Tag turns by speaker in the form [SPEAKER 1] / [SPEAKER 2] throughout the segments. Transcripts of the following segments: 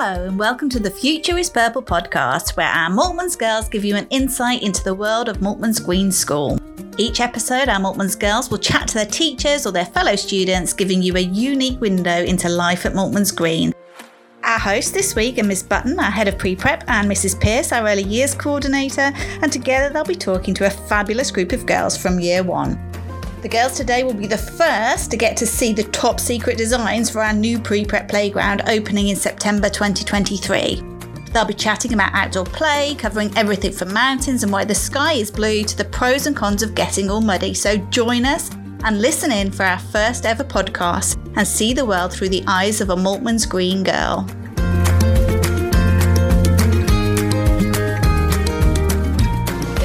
[SPEAKER 1] and welcome to the Future is Purple podcast, where our Maltman's girls give you an insight into the world of Maltman's Green School. Each episode, our Maltman's girls will chat to their teachers or their fellow students, giving you a unique window into life at Maltman's Green. Our hosts this week are Ms. Button, our head of pre prep, and Mrs. Pierce, our early years coordinator, and together they'll be talking to a fabulous group of girls from year one. The girls today will be the first to get to see the top secret designs for our new pre prep playground opening in September 2023. They'll be chatting about outdoor play, covering everything from mountains and why the sky is blue to the pros and cons of getting all muddy. So join us and listen in for our first ever podcast and see the world through the eyes of a Maltman's green girl.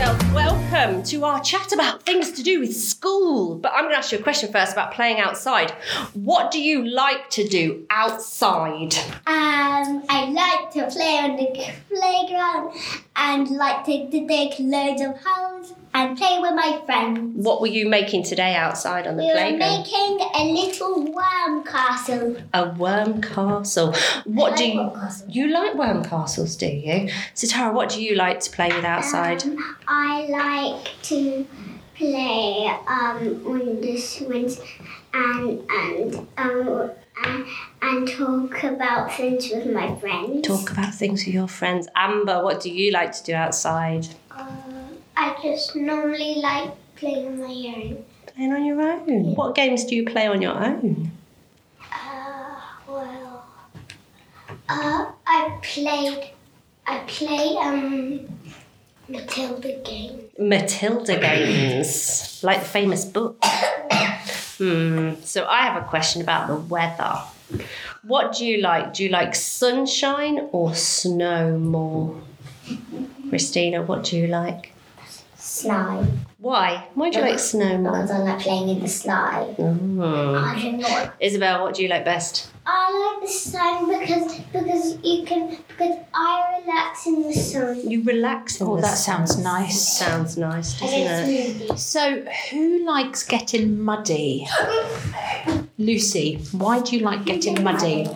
[SPEAKER 2] Well, welcome to our chat about things to do with school. But I'm going to ask you a question first about playing outside. What do you like to do outside?
[SPEAKER 3] Um, I like to play on the playground and like to, to dig loads of holes and play with my friends.
[SPEAKER 2] What were you making today outside on the
[SPEAKER 3] We were
[SPEAKER 2] playground?
[SPEAKER 3] making a little worm castle.
[SPEAKER 2] A worm castle. What do
[SPEAKER 3] like
[SPEAKER 2] you
[SPEAKER 3] worm castles.
[SPEAKER 2] you like worm castles? Do you, so Tara? What do you like to play with outside?
[SPEAKER 3] Um, I like to play um, on the swings and and um, and, and talk about things with my friends.
[SPEAKER 2] Talk about things with your friends. Amber, what do you like to do outside?
[SPEAKER 3] Uh, I just normally like playing on my own.
[SPEAKER 2] Playing on your own. What games do you play on your own?
[SPEAKER 3] Uh, well, uh, I played, I played um Matilda game.
[SPEAKER 2] Matilda games, like the famous book. hmm. So I have a question about the weather. What do you like? Do you like sunshine or snow more? Christina, what do you like?
[SPEAKER 3] Snow.
[SPEAKER 2] Why? Why do you like snow more?
[SPEAKER 3] I like playing in the snow.
[SPEAKER 2] Mm.
[SPEAKER 3] I do not.
[SPEAKER 2] Isabel, what do you like best?
[SPEAKER 3] I like the sun because because you can because I relax in the sun.
[SPEAKER 2] You relax. in
[SPEAKER 4] Oh,
[SPEAKER 2] the
[SPEAKER 4] that sounds
[SPEAKER 2] sun.
[SPEAKER 4] nice.
[SPEAKER 2] Sounds nice,
[SPEAKER 3] I
[SPEAKER 2] doesn't
[SPEAKER 3] get
[SPEAKER 2] it?
[SPEAKER 3] smoothies.
[SPEAKER 4] So, who likes getting muddy? Lucy, why do you like getting muddy?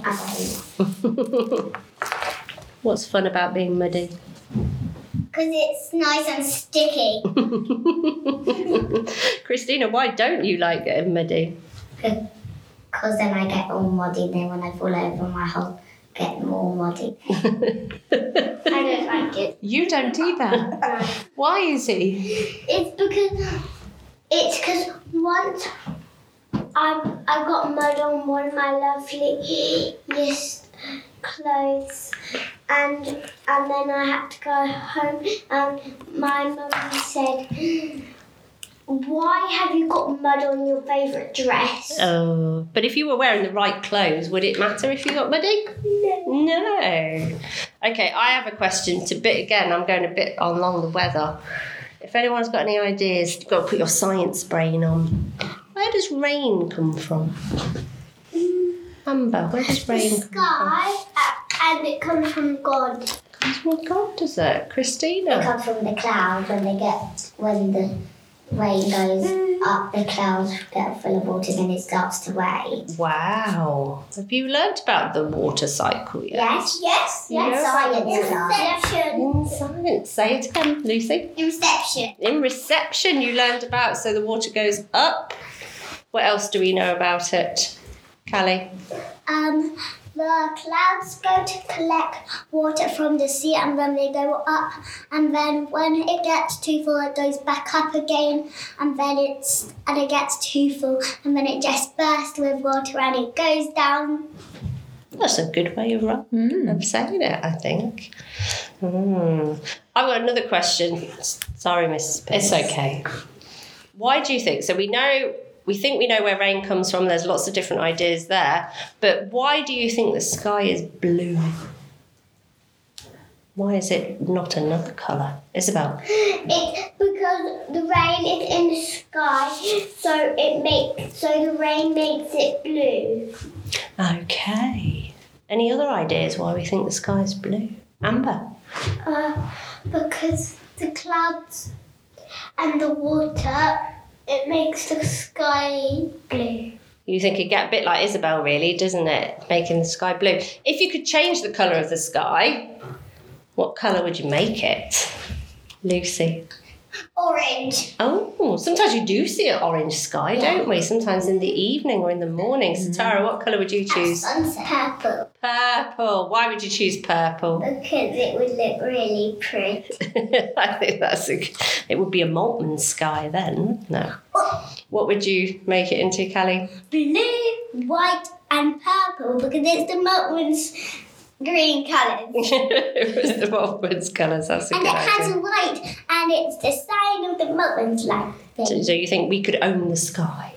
[SPEAKER 2] What's fun about being muddy?
[SPEAKER 3] Because it's nice and sticky.
[SPEAKER 2] Christina, why don't you like getting muddy?
[SPEAKER 3] Because then I get all muddy. Then when I fall over, my whole get more muddy. I don't like it.
[SPEAKER 4] You don't either. Why is he?
[SPEAKER 3] It's because it's because once I I got mud on one of my loveliest clothes, and and then I had to go home, and my mum said. Why have you got mud on your favourite dress?
[SPEAKER 2] Oh, but if you were wearing the right clothes, would it matter if you got muddy?
[SPEAKER 3] No.
[SPEAKER 2] No. Okay, I have a question to bit again. I'm going a bit along the weather. If anyone's got any ideas, you've got to put your science brain on. Where does rain come from? Amber, where does rain come
[SPEAKER 3] Sky, uh, and it comes from God. It
[SPEAKER 2] from? God, does it? Christina.
[SPEAKER 3] comes from the clouds when they get when the rain goes up, the clouds get full of water, then it starts to rain.
[SPEAKER 2] Wow. Have you learnt about the water cycle yet?
[SPEAKER 3] Yes, yes,
[SPEAKER 2] yes.
[SPEAKER 3] Science Inception.
[SPEAKER 2] In science, say it again, Lucy.
[SPEAKER 3] Inception.
[SPEAKER 2] In reception, you learned about so the water goes up. What else do we know about it? Callie.
[SPEAKER 3] Um, the clouds go to collect water from the sea and then they go up, and then when it gets too full, it goes back up again, and then it's and it gets too full, and then it just bursts with water and it goes down.
[SPEAKER 2] That's a good way of, ru- of saying it, I think. Hmm. I've got another question. S- Sorry, Mrs. Pierce. It's okay. Why do you think? So we know we think we know where rain comes from. There's lots of different ideas there, but why do you think the sky is blue? Why is it not another colour, Isabel?
[SPEAKER 3] It's because the rain is in the sky, so it makes so the rain makes it blue.
[SPEAKER 2] Okay. Any other ideas why we think the sky is blue? Amber.
[SPEAKER 3] Uh, because the clouds and the water, it makes the sky blue.
[SPEAKER 2] You think it'd get a bit like Isabel, really, doesn't it? Making the sky blue. If you could change the colour of the sky, what colour would you make it? Lucy.
[SPEAKER 3] Orange.
[SPEAKER 2] Oh, sometimes you do see an orange sky, don't we? Sometimes in the evening or in the morning. So, Tara, what colour would you choose?
[SPEAKER 3] Sunset. Purple.
[SPEAKER 2] Purple. Why would you choose purple?
[SPEAKER 3] Because it would look really pretty.
[SPEAKER 2] I think that's a, it would be a molten sky then. No.
[SPEAKER 3] Oh,
[SPEAKER 2] What would you make it into, Callie?
[SPEAKER 3] Blue, white, and purple because it's the Milkman's green colours.
[SPEAKER 2] it was the Wolfman's colours. That's a
[SPEAKER 3] And
[SPEAKER 2] good
[SPEAKER 3] it has
[SPEAKER 2] idea.
[SPEAKER 3] a white, and it's the sign of the Milkman's light
[SPEAKER 2] So,
[SPEAKER 3] thing.
[SPEAKER 2] so you think we could own the sky?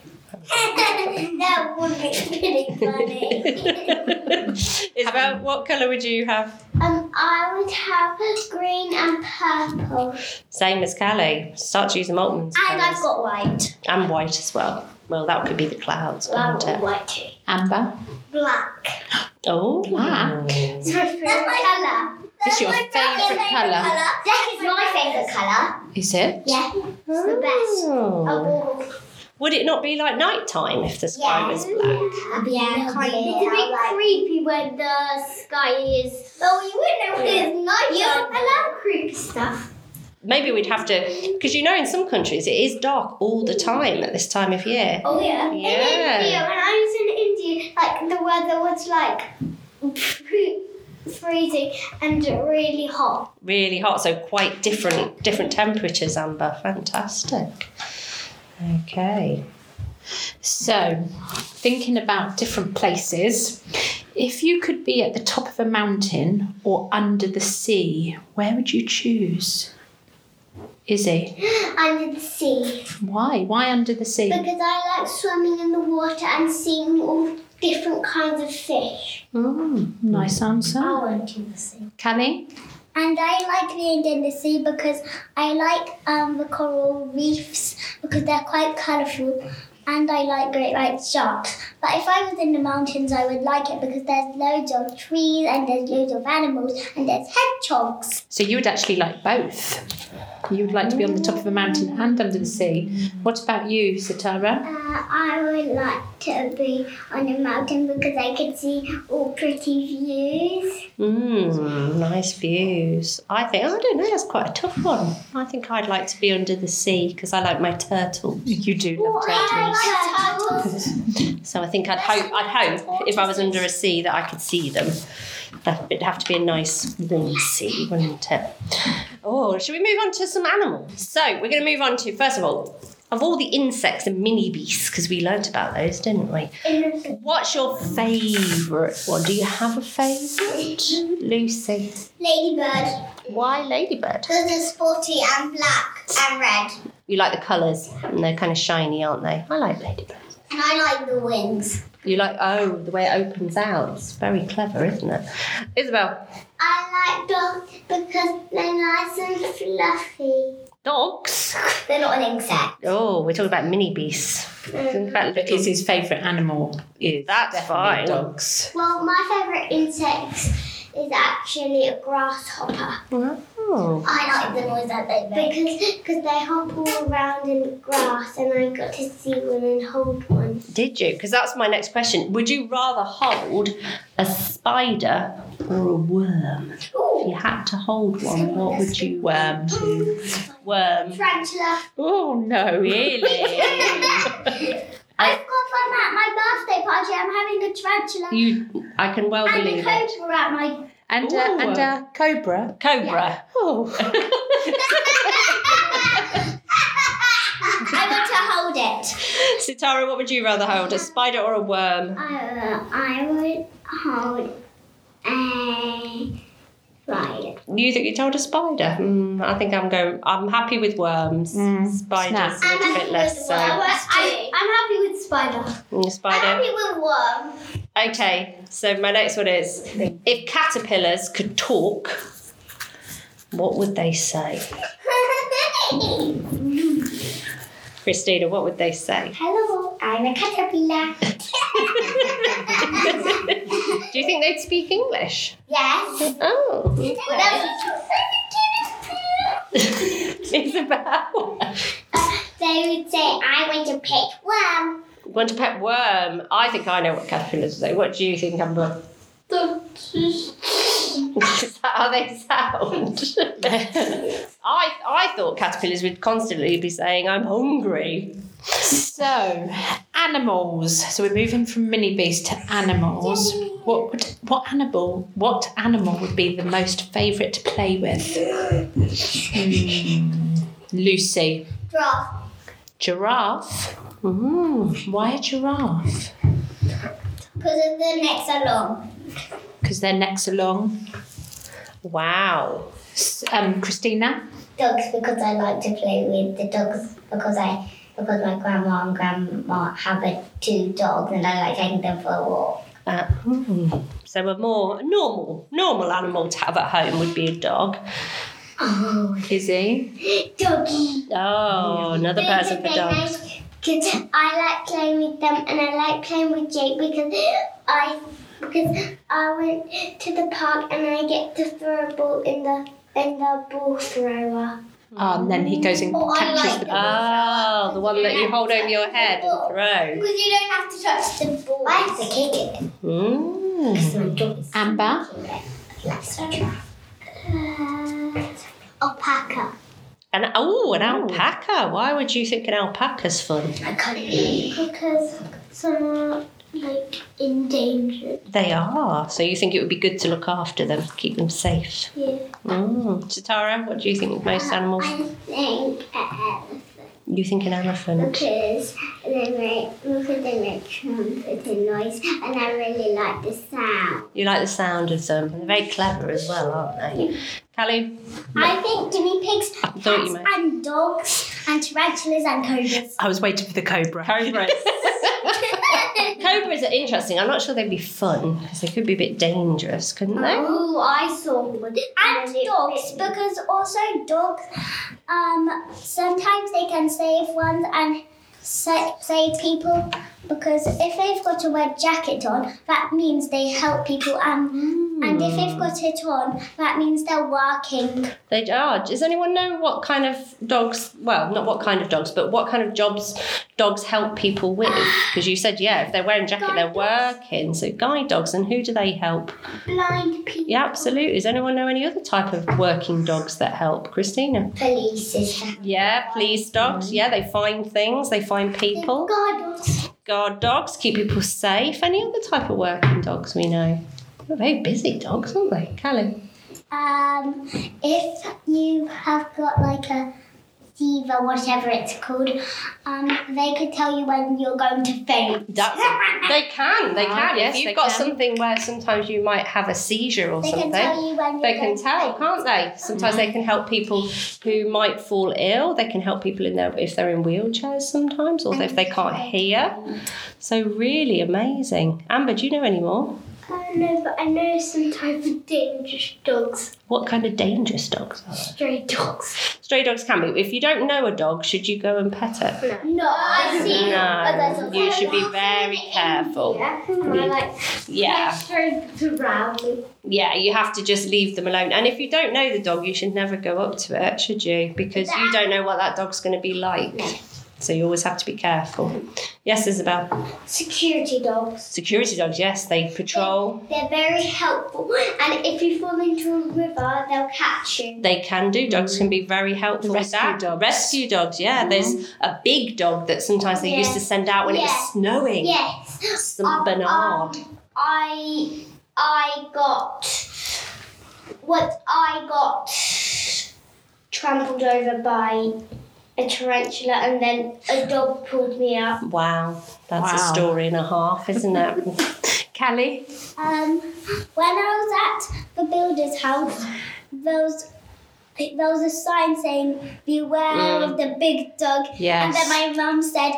[SPEAKER 3] that would be pretty funny.
[SPEAKER 2] Isabel, what colour would you have?
[SPEAKER 3] um, I would have green and purple,
[SPEAKER 2] Same as Callie. Start to use the molten
[SPEAKER 3] and I've got white.
[SPEAKER 2] and white as well. Well, that could be the clouds,
[SPEAKER 3] Well,
[SPEAKER 2] wouldn't it?
[SPEAKER 3] white too.
[SPEAKER 4] Amber.
[SPEAKER 3] Black.
[SPEAKER 2] Oh,
[SPEAKER 4] Black.
[SPEAKER 3] It's my favourite colour.
[SPEAKER 4] It's your favourite colour.
[SPEAKER 3] Black is my favourite colour.
[SPEAKER 4] Is it?
[SPEAKER 3] Yeah, it's the best.
[SPEAKER 2] Oh.
[SPEAKER 3] Oh,
[SPEAKER 2] Would it not be like night time if the sky was black?
[SPEAKER 3] yeah, yeah kind of. It's a bit creepy when the sky is. Well, we wouldn't know if it's night. You I love creepy stuff.
[SPEAKER 2] Maybe we'd have to, because you know, in some countries it is dark all the time at this time of year.
[SPEAKER 3] Oh yeah. In
[SPEAKER 2] Yeah.
[SPEAKER 3] India, when I was in India, like the weather was like fr- freezing and really hot.
[SPEAKER 2] Really hot, so quite different different temperatures. Amber, fantastic. Okay.
[SPEAKER 4] So, thinking about different places, if you could be at the top of a mountain or under the sea, where would you choose? Izzy,
[SPEAKER 3] Under the sea,
[SPEAKER 4] why? Why under the sea?
[SPEAKER 3] because I like swimming in the water and seeing all different kinds of fish.
[SPEAKER 4] Mm, nice answer.
[SPEAKER 3] went to the sea.
[SPEAKER 4] Callie?
[SPEAKER 3] And I like being in the sea because I like um, the coral reefs because they're quite colourful and I like great white sharks. But if I was in the mountains, I would like it because there's loads of trees and there's loads of animals and there's hedgehogs.
[SPEAKER 4] So, you would actually like both. You would like to be on the top of a mountain and under the sea. What about you, Satara?
[SPEAKER 3] Uh, I would like to be on a mountain because I could see all pretty views.
[SPEAKER 2] Mmm, nice views. I think, I don't know, that's quite a tough one. I think I'd like to be under the sea because I like my turtle.
[SPEAKER 4] You do love
[SPEAKER 3] I like turtles.
[SPEAKER 2] So I think I'd hope, I'd hope if I was under a sea that I could see them. That- It'd have to be a nice warm sea, wouldn't it? Oh, should we move on to some animals? So we're going to move on to, first of all, of all the insects and mini beasts, because we learnt about those, didn't we? What's your favourite one? Do you have a favourite? Lucy.
[SPEAKER 3] Ladybird.
[SPEAKER 2] Why ladybird?
[SPEAKER 3] Because it's sporty and black and red.
[SPEAKER 2] You like the colours, and they're kind of shiny, aren't they? I like ladybird.
[SPEAKER 3] And I like the wings.
[SPEAKER 2] You like, oh, the way it opens out. It's very clever, isn't it? Isabel,
[SPEAKER 3] I like dogs because they're nice and fluffy.
[SPEAKER 2] dogs.
[SPEAKER 3] They're not an insect.
[SPEAKER 2] Oh, we're talking about mini beasts. Think about little-
[SPEAKER 4] Izzy's favourite animal is
[SPEAKER 2] That's
[SPEAKER 4] definitely
[SPEAKER 2] fine.
[SPEAKER 4] dogs.
[SPEAKER 3] Well, my favourite insect is actually a grasshopper.
[SPEAKER 2] Oh,
[SPEAKER 3] I like the noise that they make. Because cause they hop all around in the grass and I got to see one and hold one.
[SPEAKER 2] did you? Because that's my next question. Would you rather hold a spider or a worm? If you
[SPEAKER 3] Ooh,
[SPEAKER 2] had to hold one, what would you?
[SPEAKER 4] Worm.
[SPEAKER 2] Worm.
[SPEAKER 3] tarantula.
[SPEAKER 4] Oh no, really?
[SPEAKER 3] I've got one at my birthday party. I'm having a tarantula
[SPEAKER 2] You, I can well
[SPEAKER 3] and a
[SPEAKER 2] believe it.
[SPEAKER 3] cobra at my...
[SPEAKER 4] and, a,
[SPEAKER 2] Ooh.
[SPEAKER 4] and a cobra.
[SPEAKER 2] Cobra.
[SPEAKER 4] Oh,
[SPEAKER 3] I want to hold it.
[SPEAKER 2] Sitara, what would you rather hold? A spider or a worm?
[SPEAKER 3] Uh, I would hold a spider.
[SPEAKER 2] You think you'd hold a spider? Mm, I think I'm going. I'm happy with worms.
[SPEAKER 4] Mm,
[SPEAKER 2] Spiders
[SPEAKER 4] snap.
[SPEAKER 2] are a bit less. So.
[SPEAKER 3] I, am happy with spider.
[SPEAKER 2] Mm,
[SPEAKER 3] I'm
[SPEAKER 2] Spider.
[SPEAKER 3] happy with worm.
[SPEAKER 2] Okay, so my next one is if caterpillars could talk, what would they say? Christina, what would they say?
[SPEAKER 3] Hello, I'm a caterpillar.
[SPEAKER 2] Do you think they'd speak English?
[SPEAKER 3] yes.
[SPEAKER 2] Oh,
[SPEAKER 3] they
[SPEAKER 2] Isabel.
[SPEAKER 3] Uh, would say I want to pick worm.
[SPEAKER 2] Want a pet worm? I think I know what caterpillars are. What do you think, Amber? Is that how they sound? I I thought caterpillars would constantly be saying, "I'm hungry."
[SPEAKER 4] So, animals. So we're moving from mini beast to animals. What would what animal what animal would be the most favourite to play with? Hmm. Lucy.
[SPEAKER 3] Giraffe.
[SPEAKER 4] Giraffe. Why a giraffe?
[SPEAKER 3] Because of the necks are long.
[SPEAKER 4] Because their necks are long.
[SPEAKER 2] Wow.
[SPEAKER 4] S- Um, Christina.
[SPEAKER 3] Dogs because I like to play with the dogs because I because my grandma and grandma have a, two dogs and I like taking them for a walk.
[SPEAKER 2] Uh, hmm. so a more normal normal animal to have at home would be a dog.
[SPEAKER 3] Oh,
[SPEAKER 4] Izzy.
[SPEAKER 3] doggy.
[SPEAKER 2] Oh, another person for dogs.
[SPEAKER 3] Because I like playing with them and I like playing with Jake because I because I went to the park and I get to throw a ball in the in the ball thrower.
[SPEAKER 4] Oh, and then he goes and
[SPEAKER 3] Oh, I
[SPEAKER 4] catches
[SPEAKER 3] like
[SPEAKER 4] the
[SPEAKER 3] it.
[SPEAKER 4] ball.
[SPEAKER 2] Oh, the one that you hold over your head and
[SPEAKER 3] Because you don't have to touch the ball. I have to kick it.
[SPEAKER 2] throw. Mm.
[SPEAKER 3] Because my dog is
[SPEAKER 4] Amber.
[SPEAKER 3] Alpaca.
[SPEAKER 2] An oh, an alpaca. Why would you think an alpaca's fun?
[SPEAKER 3] I can't Because some are like endangered.
[SPEAKER 2] They are. So you think it would be good to look after them, keep them safe.
[SPEAKER 3] Yeah.
[SPEAKER 2] Mm. Satara, what do you think of most animals?
[SPEAKER 3] I think uh,
[SPEAKER 2] You think an elephant?
[SPEAKER 3] because they make because they make trumpeting noise, and I really like the sound.
[SPEAKER 2] You like the sound of them. They're very clever as well, aren't they? Callie?
[SPEAKER 3] I think guinea pigs,
[SPEAKER 2] thought you cats meant-
[SPEAKER 3] and dogs, and tarantulas and cobras.
[SPEAKER 4] I was waiting for the cobra.
[SPEAKER 2] Cobras. Cobras are interesting. I'm not sure they'd be fun because they could be a bit dangerous, couldn't they?
[SPEAKER 3] Oh, I saw one. And dogs, because also dogs, um, sometimes they can save ones and sa- save people because if they've got a red jacket on, that means they help people. And and if they've got it on, that means they're working.
[SPEAKER 2] They are. Does anyone know what kind of dogs? Well, not what kind of dogs, but what kind of jobs dogs help people with? Because you said, yeah, if they're wearing jacket,
[SPEAKER 3] Guide
[SPEAKER 2] they're
[SPEAKER 3] dogs.
[SPEAKER 2] working. So guide dogs, and who do they help?
[SPEAKER 3] Blind people.
[SPEAKER 2] Yeah, absolutely. Does anyone know any other type of working dogs that help? Christina.
[SPEAKER 3] Police is
[SPEAKER 2] Yeah, police
[SPEAKER 3] Mm-hmm.
[SPEAKER 2] dogs. Yeah, they find things. They find people.
[SPEAKER 3] Guards.
[SPEAKER 2] Guard dogs keep people safe. Any other type of working dogs we know? They're very busy dogs, aren't they, Callie?
[SPEAKER 3] Um, if you have got like a fever, whatever it's called, um, they could tell you when you're going to faint.
[SPEAKER 2] That's- they can, they
[SPEAKER 4] Ah,
[SPEAKER 2] can.
[SPEAKER 4] yes,
[SPEAKER 2] if
[SPEAKER 4] they
[SPEAKER 2] you've got
[SPEAKER 4] can.
[SPEAKER 2] something where sometimes you might have a seizure or
[SPEAKER 3] They
[SPEAKER 2] something,
[SPEAKER 3] can tell you when you're
[SPEAKER 2] they
[SPEAKER 3] going
[SPEAKER 2] can
[SPEAKER 3] to
[SPEAKER 2] tell,
[SPEAKER 3] faint.
[SPEAKER 2] can't they? Sometimes
[SPEAKER 4] Mm-hmm.
[SPEAKER 2] they can help people who might fall ill. They can help people in their if they're in wheelchairs sometimes, or if they can't hear. So really amazing. Amber, do you know any more?
[SPEAKER 3] I don't know, but I know some type of dangerous dogs,
[SPEAKER 2] What kind of dangerous dogs are? there?
[SPEAKER 3] stray dogs.
[SPEAKER 2] Stray dogs can be. If you don't know a dog, should you go and pet it?
[SPEAKER 3] No, I see.
[SPEAKER 2] No, you should be very careful.
[SPEAKER 3] Yeah, I like
[SPEAKER 2] Yeah.
[SPEAKER 3] stray around.
[SPEAKER 2] Yeah, you have to just leave them alone. And if you don't know the dog, you should never go up to it, should you? Because you don't know what that dog's going to be like. So you always have to be careful. Yes, Isabel.
[SPEAKER 3] Security dogs.
[SPEAKER 2] Security dogs, yes, they patrol.
[SPEAKER 3] They're very helpful, and if you fall into a river, they'll catch you.
[SPEAKER 2] They can do. Dogs can be very helpful with
[SPEAKER 4] Rescue
[SPEAKER 2] that.
[SPEAKER 4] dogs.
[SPEAKER 2] Rescue dogs, yeah. There's a big dog that sometimes they used
[SPEAKER 3] Yeah.
[SPEAKER 2] to send out when it
[SPEAKER 3] Yeah.
[SPEAKER 2] was snowing.
[SPEAKER 3] Yes.
[SPEAKER 2] Some
[SPEAKER 3] Um,
[SPEAKER 2] Bernard.
[SPEAKER 3] um, I I got what I got trampled over by a tarantula and then a dog pulled me up.
[SPEAKER 2] Wow, that's a
[SPEAKER 4] Wow.
[SPEAKER 2] story and a half, isn't it?
[SPEAKER 4] Callie.
[SPEAKER 3] Um when I was at the builder's house there was there was a sign saying beware of the big dog and
[SPEAKER 2] Yes.
[SPEAKER 3] then my mum said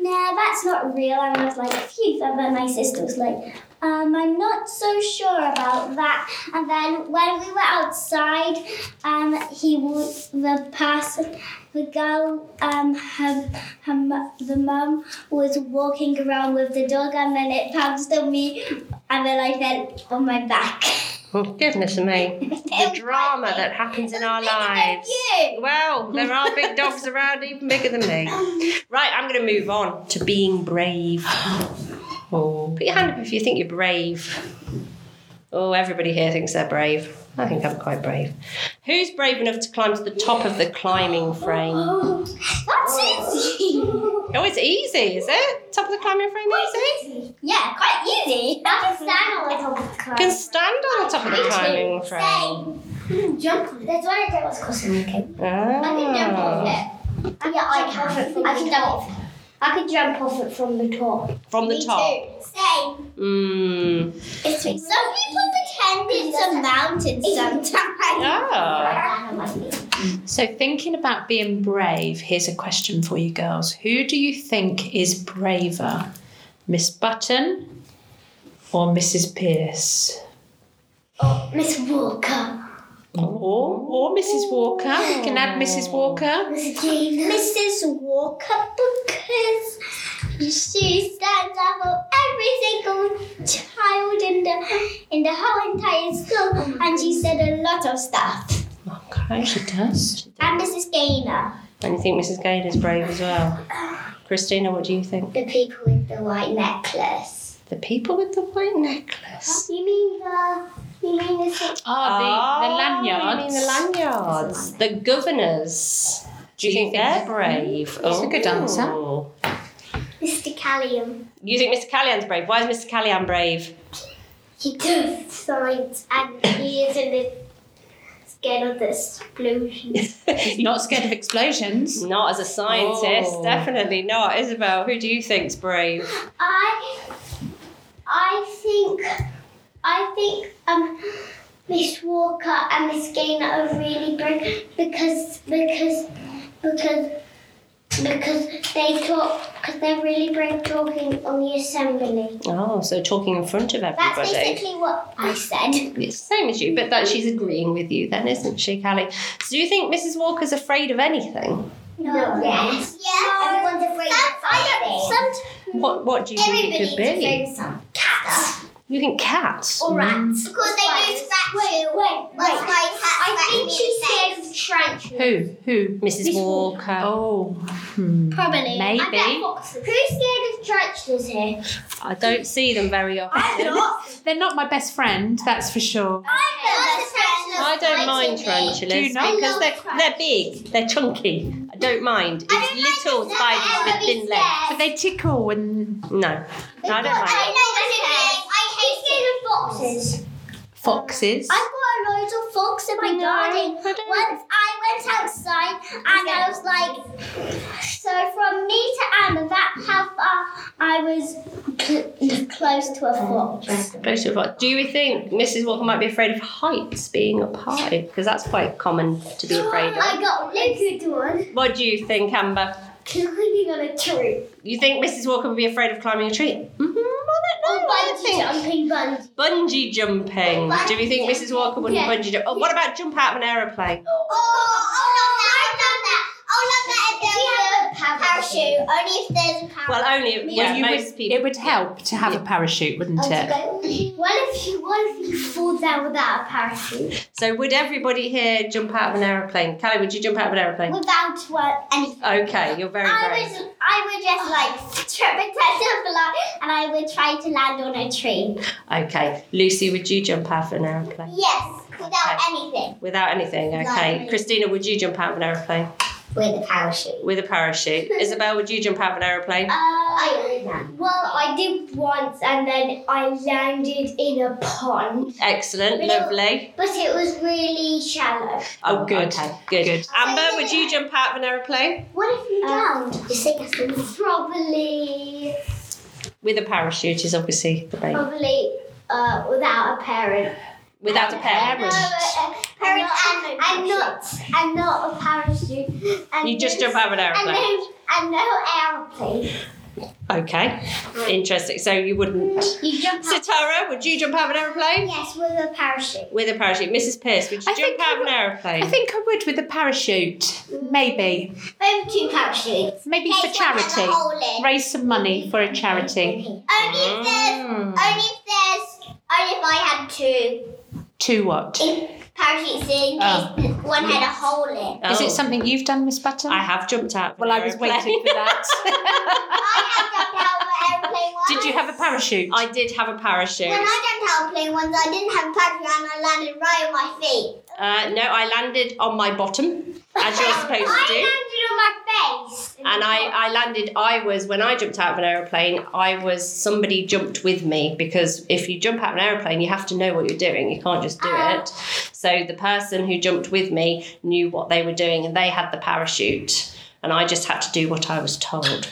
[SPEAKER 3] nah that's not real and I was like phew and then my sister was like um, I'm not so sure about that. And then when we were outside, um, he was the person, the girl, um, her, her, mu- the mum was walking around with the dog, and then it pounced on me, and then I fell on my back.
[SPEAKER 2] Oh, Goodness me. The drama that happens in our lives. Well, there are big dogs around, even bigger than me. Right, I'm going to move on to being brave.
[SPEAKER 4] Oh.
[SPEAKER 2] Put your hand up if you think you're brave. Oh, everybody here thinks they're brave. I think I'm quite brave. Who's brave enough to climb to the top of the climbing frame?
[SPEAKER 3] Oh, that's easy.
[SPEAKER 2] Oh, it's easy, is it? Top of the climbing frame, easy?
[SPEAKER 3] Yeah, quite easy. I can stand on the top of the
[SPEAKER 2] You can stand on the top of the climbing
[SPEAKER 3] cliff.
[SPEAKER 2] frame.
[SPEAKER 3] Same. Hmm, Jump on it. There's one I did was crossing. I can jump off
[SPEAKER 2] Ah.
[SPEAKER 3] it. Yeah, I can. I can jump off. it. I can jump off it from the top.
[SPEAKER 2] From the
[SPEAKER 3] Me
[SPEAKER 2] top.
[SPEAKER 3] too. Same.
[SPEAKER 2] Mm.
[SPEAKER 3] It's Some people pretend it's a mountain sometimes.
[SPEAKER 2] Ah.
[SPEAKER 4] So, thinking about being brave, here's a question for you girls. Who do you think is braver, Miss Button or Mrs. Pierce?
[SPEAKER 3] Miss Walker.
[SPEAKER 4] Or, or Mrs. Walker? We can add
[SPEAKER 2] Oh.
[SPEAKER 4] Mrs. Walker.
[SPEAKER 3] Miss Mrs. Walker because she stands up for every single child in the in the whole entire school and she said a lot of stuff.
[SPEAKER 2] Okay.
[SPEAKER 4] She does.
[SPEAKER 3] And Mrs. Gaynor.
[SPEAKER 2] And you think Mrs. Gaynor brave as well? Christina, what do you think?
[SPEAKER 3] The people with the white necklace.
[SPEAKER 2] The people with the white necklace.
[SPEAKER 3] You mean the you mean the
[SPEAKER 2] Oh,
[SPEAKER 4] Ah, the, the lanyards.
[SPEAKER 2] the lanyards. The governors. Do you, think, they're brave? Oh.
[SPEAKER 4] That's a good answer.
[SPEAKER 3] Mr. Callium.
[SPEAKER 2] You think Mr. Callian's brave? Why is Mr. Callian brave?
[SPEAKER 3] He does science and he isn't scared of the explosion.
[SPEAKER 4] Not scared of explosions.
[SPEAKER 2] Not as a scientist,
[SPEAKER 4] Oh.
[SPEAKER 2] definitely not. Isabel, who do you think's brave?
[SPEAKER 3] I I think I think um Miss Walker and Miss Gaynor are really brave because because because because they talk because they're really brave talking on the assembly.
[SPEAKER 2] Oh, so talking in front of
[SPEAKER 3] That's
[SPEAKER 2] everybody.
[SPEAKER 3] basically what I said.
[SPEAKER 2] It's the same as you, but that she's agreeing with you then, isn't she, Callie? So do you think Mrs. Walker's afraid of anything?
[SPEAKER 3] No. Yes. Yes. Everyone's afraid of something.
[SPEAKER 2] What what do you think it could be?
[SPEAKER 3] of something. Cats.
[SPEAKER 2] You think cats?
[SPEAKER 3] or
[SPEAKER 4] Hmm.
[SPEAKER 3] rats. Because they use rats wait, Wait, wait. I think she's scared of tarantulas.
[SPEAKER 4] Who? Who?
[SPEAKER 2] Mrs. Walker.
[SPEAKER 4] Oh. Hmm.
[SPEAKER 3] Probably.
[SPEAKER 4] Maybe.
[SPEAKER 3] I bet foxes. Who's scared of tarantulas here?
[SPEAKER 2] I don't see them very often.
[SPEAKER 3] not.
[SPEAKER 4] They're not my best friend, that's for sure.
[SPEAKER 3] I'm not tarantulas.
[SPEAKER 2] I don't mind tarantulas
[SPEAKER 4] Do you not?
[SPEAKER 2] because
[SPEAKER 3] I
[SPEAKER 2] they're,
[SPEAKER 3] love
[SPEAKER 2] they're big, they're chunky. I don't mind. It's
[SPEAKER 3] I don't mind
[SPEAKER 2] little
[SPEAKER 3] them
[SPEAKER 2] spiders
[SPEAKER 3] ever
[SPEAKER 2] with thin
[SPEAKER 3] being
[SPEAKER 2] legs.
[SPEAKER 4] But they tickle and
[SPEAKER 2] No, no, I don't
[SPEAKER 3] I
[SPEAKER 2] mind.
[SPEAKER 3] know what it is. I hate scared of foxes.
[SPEAKER 4] foxes.
[SPEAKER 3] I've got a load of fox in my garden. Once I went outside and I was like, so from me to Anna, that's how far I was cl- close to a fox.
[SPEAKER 2] Both of us. Do you think Mrs. Walker might be afraid of heights being up high? Because that's quite common to be afraid of.
[SPEAKER 3] I got look at one.
[SPEAKER 2] What do you think, Amber?
[SPEAKER 3] Climbing on a tree.
[SPEAKER 2] You think Mrs. Walker would be afraid of climbing a tree? Mm-hmm, I don't know.
[SPEAKER 3] Or
[SPEAKER 2] I
[SPEAKER 3] bungee
[SPEAKER 2] think
[SPEAKER 3] Oh, jumping, bungee.
[SPEAKER 2] bungee jumping. Do you think Mrs. Walker would
[SPEAKER 3] Yeah.
[SPEAKER 2] bungee jump? Oh, what about jump out of an aeroplane?
[SPEAKER 3] Oh, oh, no, that. Oh, no, that. If you have a parachute, only if there's a parachute.
[SPEAKER 2] Well, only yeah,
[SPEAKER 4] you
[SPEAKER 2] most
[SPEAKER 4] would,
[SPEAKER 2] people.
[SPEAKER 4] It would help to have a parachute, wouldn't it?
[SPEAKER 3] What if you what if you fall down without a parachute?
[SPEAKER 2] So would everybody here jump out of an aeroplane? Callie, would you jump out of an aeroplane?
[SPEAKER 3] Without one anything.
[SPEAKER 2] Okay, you're Oh, very
[SPEAKER 3] I
[SPEAKER 2] brave.
[SPEAKER 3] would I would just like trip and test fly and I would try to land on a tree.
[SPEAKER 2] Okay, Lucy, would you jump out of an aeroplane?
[SPEAKER 3] Yes, without anything.
[SPEAKER 2] Without anything, okay.
[SPEAKER 3] really.
[SPEAKER 2] Christina, would you jump out of an aeroplane
[SPEAKER 3] With a parachute.
[SPEAKER 2] with a parachute? Isabel, would you jump out of an aeroplane?
[SPEAKER 3] I, Uh, well, I did once and then I landed in a pond.
[SPEAKER 2] Excellent,
[SPEAKER 3] Really?
[SPEAKER 2] lovely.
[SPEAKER 3] But it was really shallow.
[SPEAKER 2] Oh,
[SPEAKER 4] good,
[SPEAKER 2] Okay, good.
[SPEAKER 4] good.
[SPEAKER 2] Amber, would you jump out of an aeroplane
[SPEAKER 3] What if you drowned? Uh, You think probably,
[SPEAKER 2] with a parachute? Is obviously the main.
[SPEAKER 3] probably uh, without a parent.
[SPEAKER 2] Without a parachute,
[SPEAKER 3] No, a parent and, and uh, not and not a parachute. And
[SPEAKER 2] you just
[SPEAKER 3] then-
[SPEAKER 2] jump out of an
[SPEAKER 3] and
[SPEAKER 2] aeroplane.
[SPEAKER 3] no, and no airplane.
[SPEAKER 2] Okay, interesting. So you wouldn't.
[SPEAKER 3] You jump out.
[SPEAKER 2] Sitara, would you jump out of an aeroplane?
[SPEAKER 3] Yes, with a parachute.
[SPEAKER 2] with a parachute. Mrs. Pierce, would you
[SPEAKER 4] I
[SPEAKER 2] jump
[SPEAKER 4] think
[SPEAKER 2] out of
[SPEAKER 4] I
[SPEAKER 2] an aeroplane?
[SPEAKER 4] I think I would with a parachute. Maybe.
[SPEAKER 3] Maybe two parachutes.
[SPEAKER 4] Maybe
[SPEAKER 3] In
[SPEAKER 4] for
[SPEAKER 3] case one has a
[SPEAKER 4] charity.
[SPEAKER 3] hole in.
[SPEAKER 4] Raise some money for a charity.
[SPEAKER 3] Mm. Only if there's, only if there's, only if I had two.
[SPEAKER 4] Two what?
[SPEAKER 3] If parachutes in
[SPEAKER 4] Oh.
[SPEAKER 3] case one had a hole in.
[SPEAKER 4] Is
[SPEAKER 2] Oh,
[SPEAKER 4] it something you've done, Miss Button?
[SPEAKER 2] I have jumped out. of
[SPEAKER 4] Well,
[SPEAKER 2] an
[SPEAKER 4] I was
[SPEAKER 2] aeroplane.
[SPEAKER 4] waiting for that.
[SPEAKER 3] I have jumped out of an airplane once.
[SPEAKER 4] Did you have a parachute?
[SPEAKER 2] I did have a parachute.
[SPEAKER 3] When I jumped out of a plane once, I didn't have a parachute and I landed right on my feet.
[SPEAKER 2] Uh, no, I landed on my bottom, as you're supposed to do.
[SPEAKER 3] I landed on my face.
[SPEAKER 2] And I, I landed, I was, when I jumped out of an aeroplane, I was, somebody jumped with me because if you jump out of an aeroplane, you have to know what you're doing. You can't just do
[SPEAKER 3] Oh.
[SPEAKER 2] it. So the person who jumped with me knew what they were doing and they had the parachute. And I just had to do what I was told.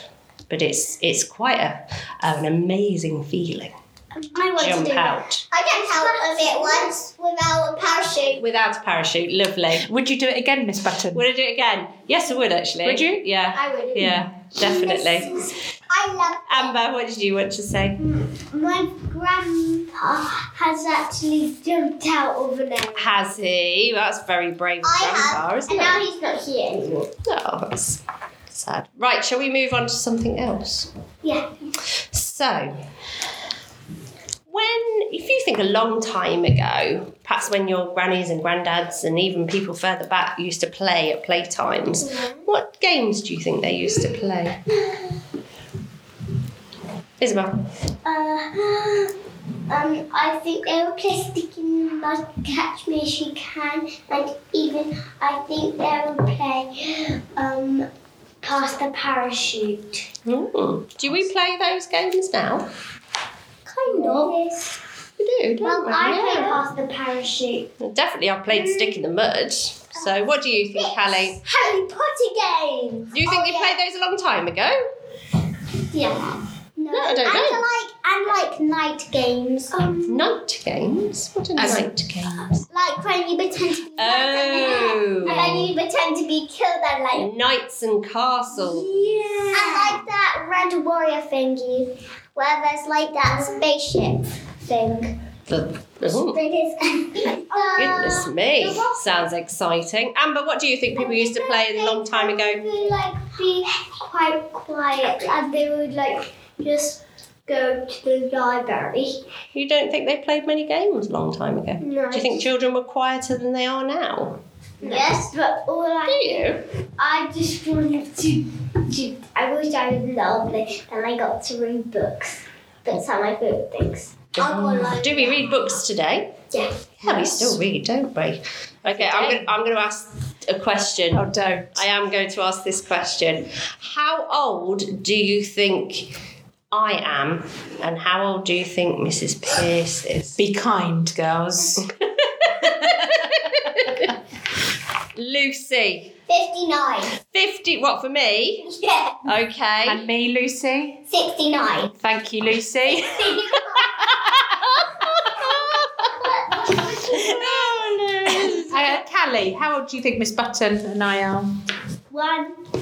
[SPEAKER 2] But it's it's quite a, an amazing feeling.
[SPEAKER 3] I want
[SPEAKER 2] Jump
[SPEAKER 3] to do that.
[SPEAKER 2] out.
[SPEAKER 3] I jumped out of it once without a parachute.
[SPEAKER 2] Without a parachute, lovely.
[SPEAKER 4] Would you do it again, Miss Button?
[SPEAKER 2] Would I do it again? Yes, I would actually.
[SPEAKER 4] Would you?
[SPEAKER 2] Yeah.
[SPEAKER 3] I would.
[SPEAKER 2] Yeah, definitely.
[SPEAKER 3] I love
[SPEAKER 2] Amber, what did you want to say?
[SPEAKER 3] My grandpa has actually jumped out of an airplane.
[SPEAKER 2] Has he? That's very brave of
[SPEAKER 3] I
[SPEAKER 2] Grandpa,
[SPEAKER 3] have,
[SPEAKER 2] isn't
[SPEAKER 3] and now he's not here anymore.
[SPEAKER 2] it? Oh, that's sad. Right, shall we move on to something else?
[SPEAKER 3] Yeah.
[SPEAKER 2] So, when, if you think a long time ago, perhaps when your grannies and granddads and even people further back used to play at playtimes,
[SPEAKER 3] Mm-hmm.
[SPEAKER 2] what games do you think they used to play? Isabel.
[SPEAKER 3] Uh, um, I think they will play sticking in mud, catch me if you can, and even I think they will play um, pass the parachute.
[SPEAKER 2] Hmm. Do we play those games now?
[SPEAKER 3] Kind of.
[SPEAKER 2] We do,
[SPEAKER 3] Well,
[SPEAKER 2] don't we?
[SPEAKER 3] I play
[SPEAKER 2] Yeah.
[SPEAKER 3] pass the parachute.
[SPEAKER 2] Definitely, I played Stick in the Mud. So, what do you think, Hallie?
[SPEAKER 3] Harry Potter game.
[SPEAKER 2] Do you think
[SPEAKER 3] Oh,
[SPEAKER 2] they
[SPEAKER 3] yeah.
[SPEAKER 2] played those a long time ago?
[SPEAKER 3] Yeah. No,
[SPEAKER 2] I don't know.
[SPEAKER 3] and like and like night games. Um,
[SPEAKER 2] Night games? What are
[SPEAKER 4] As-
[SPEAKER 2] night games?
[SPEAKER 3] like when you pretend to be
[SPEAKER 2] Oh.
[SPEAKER 3] and then you pretend to be killed and like
[SPEAKER 2] Knights and Castle.
[SPEAKER 3] yeah. And like that red warrior thingy, where there's like that spaceship thing.
[SPEAKER 2] The- oh,
[SPEAKER 3] That is. uh,
[SPEAKER 2] goodness me. Sounds exciting. Amber, what do you think people used to play a long time ago?
[SPEAKER 3] They would like be quite quiet, and they would like just go to the library.
[SPEAKER 2] You don't think they played many games a long time ago?
[SPEAKER 3] No.
[SPEAKER 2] Do you think children were quieter than they are now?
[SPEAKER 3] Yes, but all I
[SPEAKER 2] Do you?
[SPEAKER 3] I just wanted to, to I wish I was lovely and I got to read books. Books are my favourite things.
[SPEAKER 2] Do we read books today?
[SPEAKER 3] Yeah.
[SPEAKER 2] Yeah, we still read, don't we? Okay, I'm going I'm going to ask a question.
[SPEAKER 4] Oh, don't.
[SPEAKER 2] I am going to ask this question. How old do you think I am, and how old do you think Mrs. Pierce is?
[SPEAKER 4] Be kind, girls.
[SPEAKER 2] Lucy,
[SPEAKER 3] 59.
[SPEAKER 2] 50, what for me?
[SPEAKER 3] Yeah.
[SPEAKER 2] Okay.
[SPEAKER 4] and me, Lucy.
[SPEAKER 3] 69.
[SPEAKER 4] Thank you, Lucy.
[SPEAKER 2] oh,
[SPEAKER 4] uh, Callie, how old do you think Miss Button and I are?
[SPEAKER 3] One.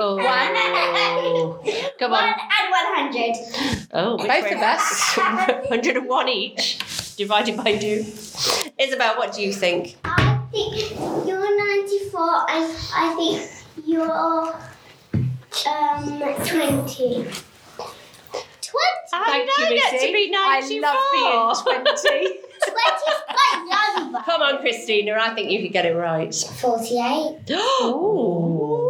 [SPEAKER 2] Oh. Come
[SPEAKER 3] One
[SPEAKER 2] on.
[SPEAKER 3] and 100.
[SPEAKER 2] Oh, which
[SPEAKER 4] Both
[SPEAKER 2] way-
[SPEAKER 4] of us.
[SPEAKER 2] 101 each divided by two. Isabel, what do you think?
[SPEAKER 3] I think you're 94 and I think you're um 20. 20?
[SPEAKER 2] How did I get to be 94?
[SPEAKER 4] I love being 20.
[SPEAKER 3] 20 is quite young, but
[SPEAKER 2] Come on, Christina, I think you could get it right.
[SPEAKER 3] 48.
[SPEAKER 2] Oh.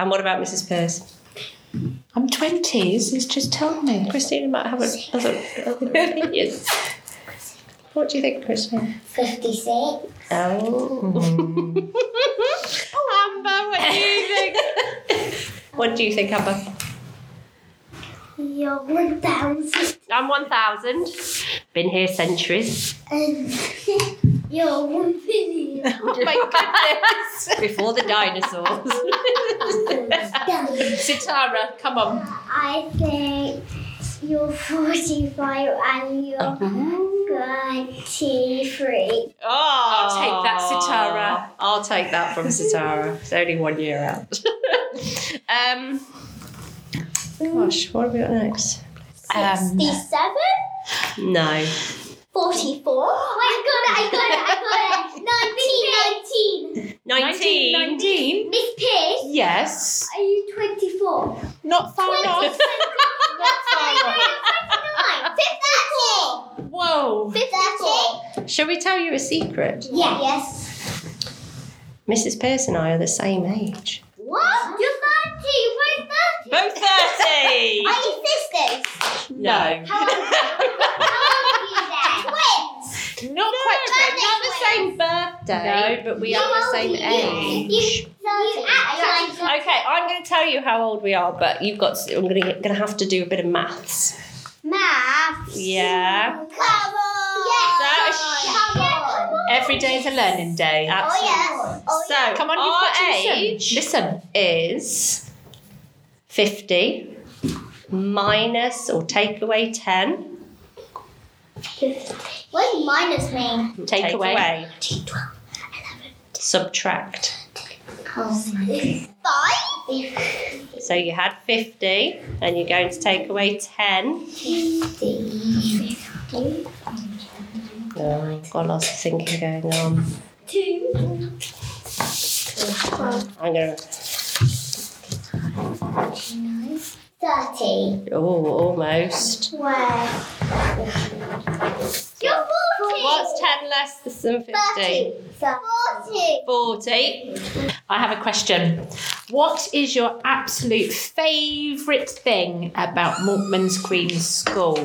[SPEAKER 2] And what about Mrs. Pierce?
[SPEAKER 4] I'm 20, he's just told me.
[SPEAKER 2] Christina might have another, another opinion. What do you think, Christina?
[SPEAKER 3] 56.
[SPEAKER 2] Oh. Amber, what do you think? what do you think, Amber?
[SPEAKER 3] You're 1,000.
[SPEAKER 2] I'm 1,000. Been here centuries.
[SPEAKER 3] And you're 1 billion.
[SPEAKER 2] Oh my goodness. Before the dinosaurs. Sitara, come on.
[SPEAKER 3] I think you're 45 and you're 33.
[SPEAKER 2] Oh, I'll
[SPEAKER 4] take that, Sitara.
[SPEAKER 2] I'll take that from Sitara. It's only one year out. um, gosh, what have we got next?
[SPEAKER 4] Um,
[SPEAKER 3] Um, 67?
[SPEAKER 2] No.
[SPEAKER 3] 44? Oh, I got it, I got it, I got it. 19, 19.
[SPEAKER 2] 19.
[SPEAKER 4] 19?
[SPEAKER 3] Miss Pierce,
[SPEAKER 4] Yes.
[SPEAKER 3] are you 24?
[SPEAKER 4] Not far off.
[SPEAKER 3] That's 29. 30.
[SPEAKER 4] Whoa.
[SPEAKER 3] 30.
[SPEAKER 2] Shall we tell you a secret?
[SPEAKER 3] Yeah. Yes.
[SPEAKER 2] Mrs. Pierce and I are the same age.
[SPEAKER 3] What? You're 30. We're
[SPEAKER 1] Both
[SPEAKER 3] 30.
[SPEAKER 1] 30!
[SPEAKER 3] Are you sisters?
[SPEAKER 2] No.
[SPEAKER 3] How old are you? How old are you then? Twins.
[SPEAKER 4] Not quite.
[SPEAKER 3] twins.
[SPEAKER 2] Not the same birthday,
[SPEAKER 4] No.
[SPEAKER 2] but we
[SPEAKER 3] How
[SPEAKER 2] are the
[SPEAKER 3] old
[SPEAKER 2] same
[SPEAKER 3] are you?
[SPEAKER 2] age.
[SPEAKER 3] You, you act like
[SPEAKER 2] Okay, I'm going to tell you how old we are, but you've got. I'm going to, going to have to do a bit of maths.
[SPEAKER 3] math.
[SPEAKER 2] Yeah.
[SPEAKER 3] Come on. Yes.
[SPEAKER 2] That is-
[SPEAKER 3] Come on.
[SPEAKER 4] Every day's a learning day.
[SPEAKER 3] Oh
[SPEAKER 2] Absolutely.
[SPEAKER 3] yes. Oh
[SPEAKER 2] So,
[SPEAKER 3] yes.
[SPEAKER 4] Come on,
[SPEAKER 2] our
[SPEAKER 4] you've got to
[SPEAKER 2] age
[SPEAKER 4] age. Listen.
[SPEAKER 2] is 50 minus or take away 10.
[SPEAKER 3] What does minus mean?
[SPEAKER 2] Take,
[SPEAKER 4] away.
[SPEAKER 2] away. Subtract. Oh,
[SPEAKER 3] Five.
[SPEAKER 2] So you had 50 and you're going to take away 10.
[SPEAKER 3] Fifty.
[SPEAKER 2] Oh, got lots of thinking going on.
[SPEAKER 3] Two.
[SPEAKER 2] I'm going to.
[SPEAKER 3] Thirty.
[SPEAKER 2] Oh, almost.
[SPEAKER 3] Twelve. You're forty.
[SPEAKER 2] What's 10 less than 50?
[SPEAKER 3] Thirty. Forty.
[SPEAKER 2] 40.
[SPEAKER 4] I have a question. What is your absolute favourite thing about Mortman's Green School?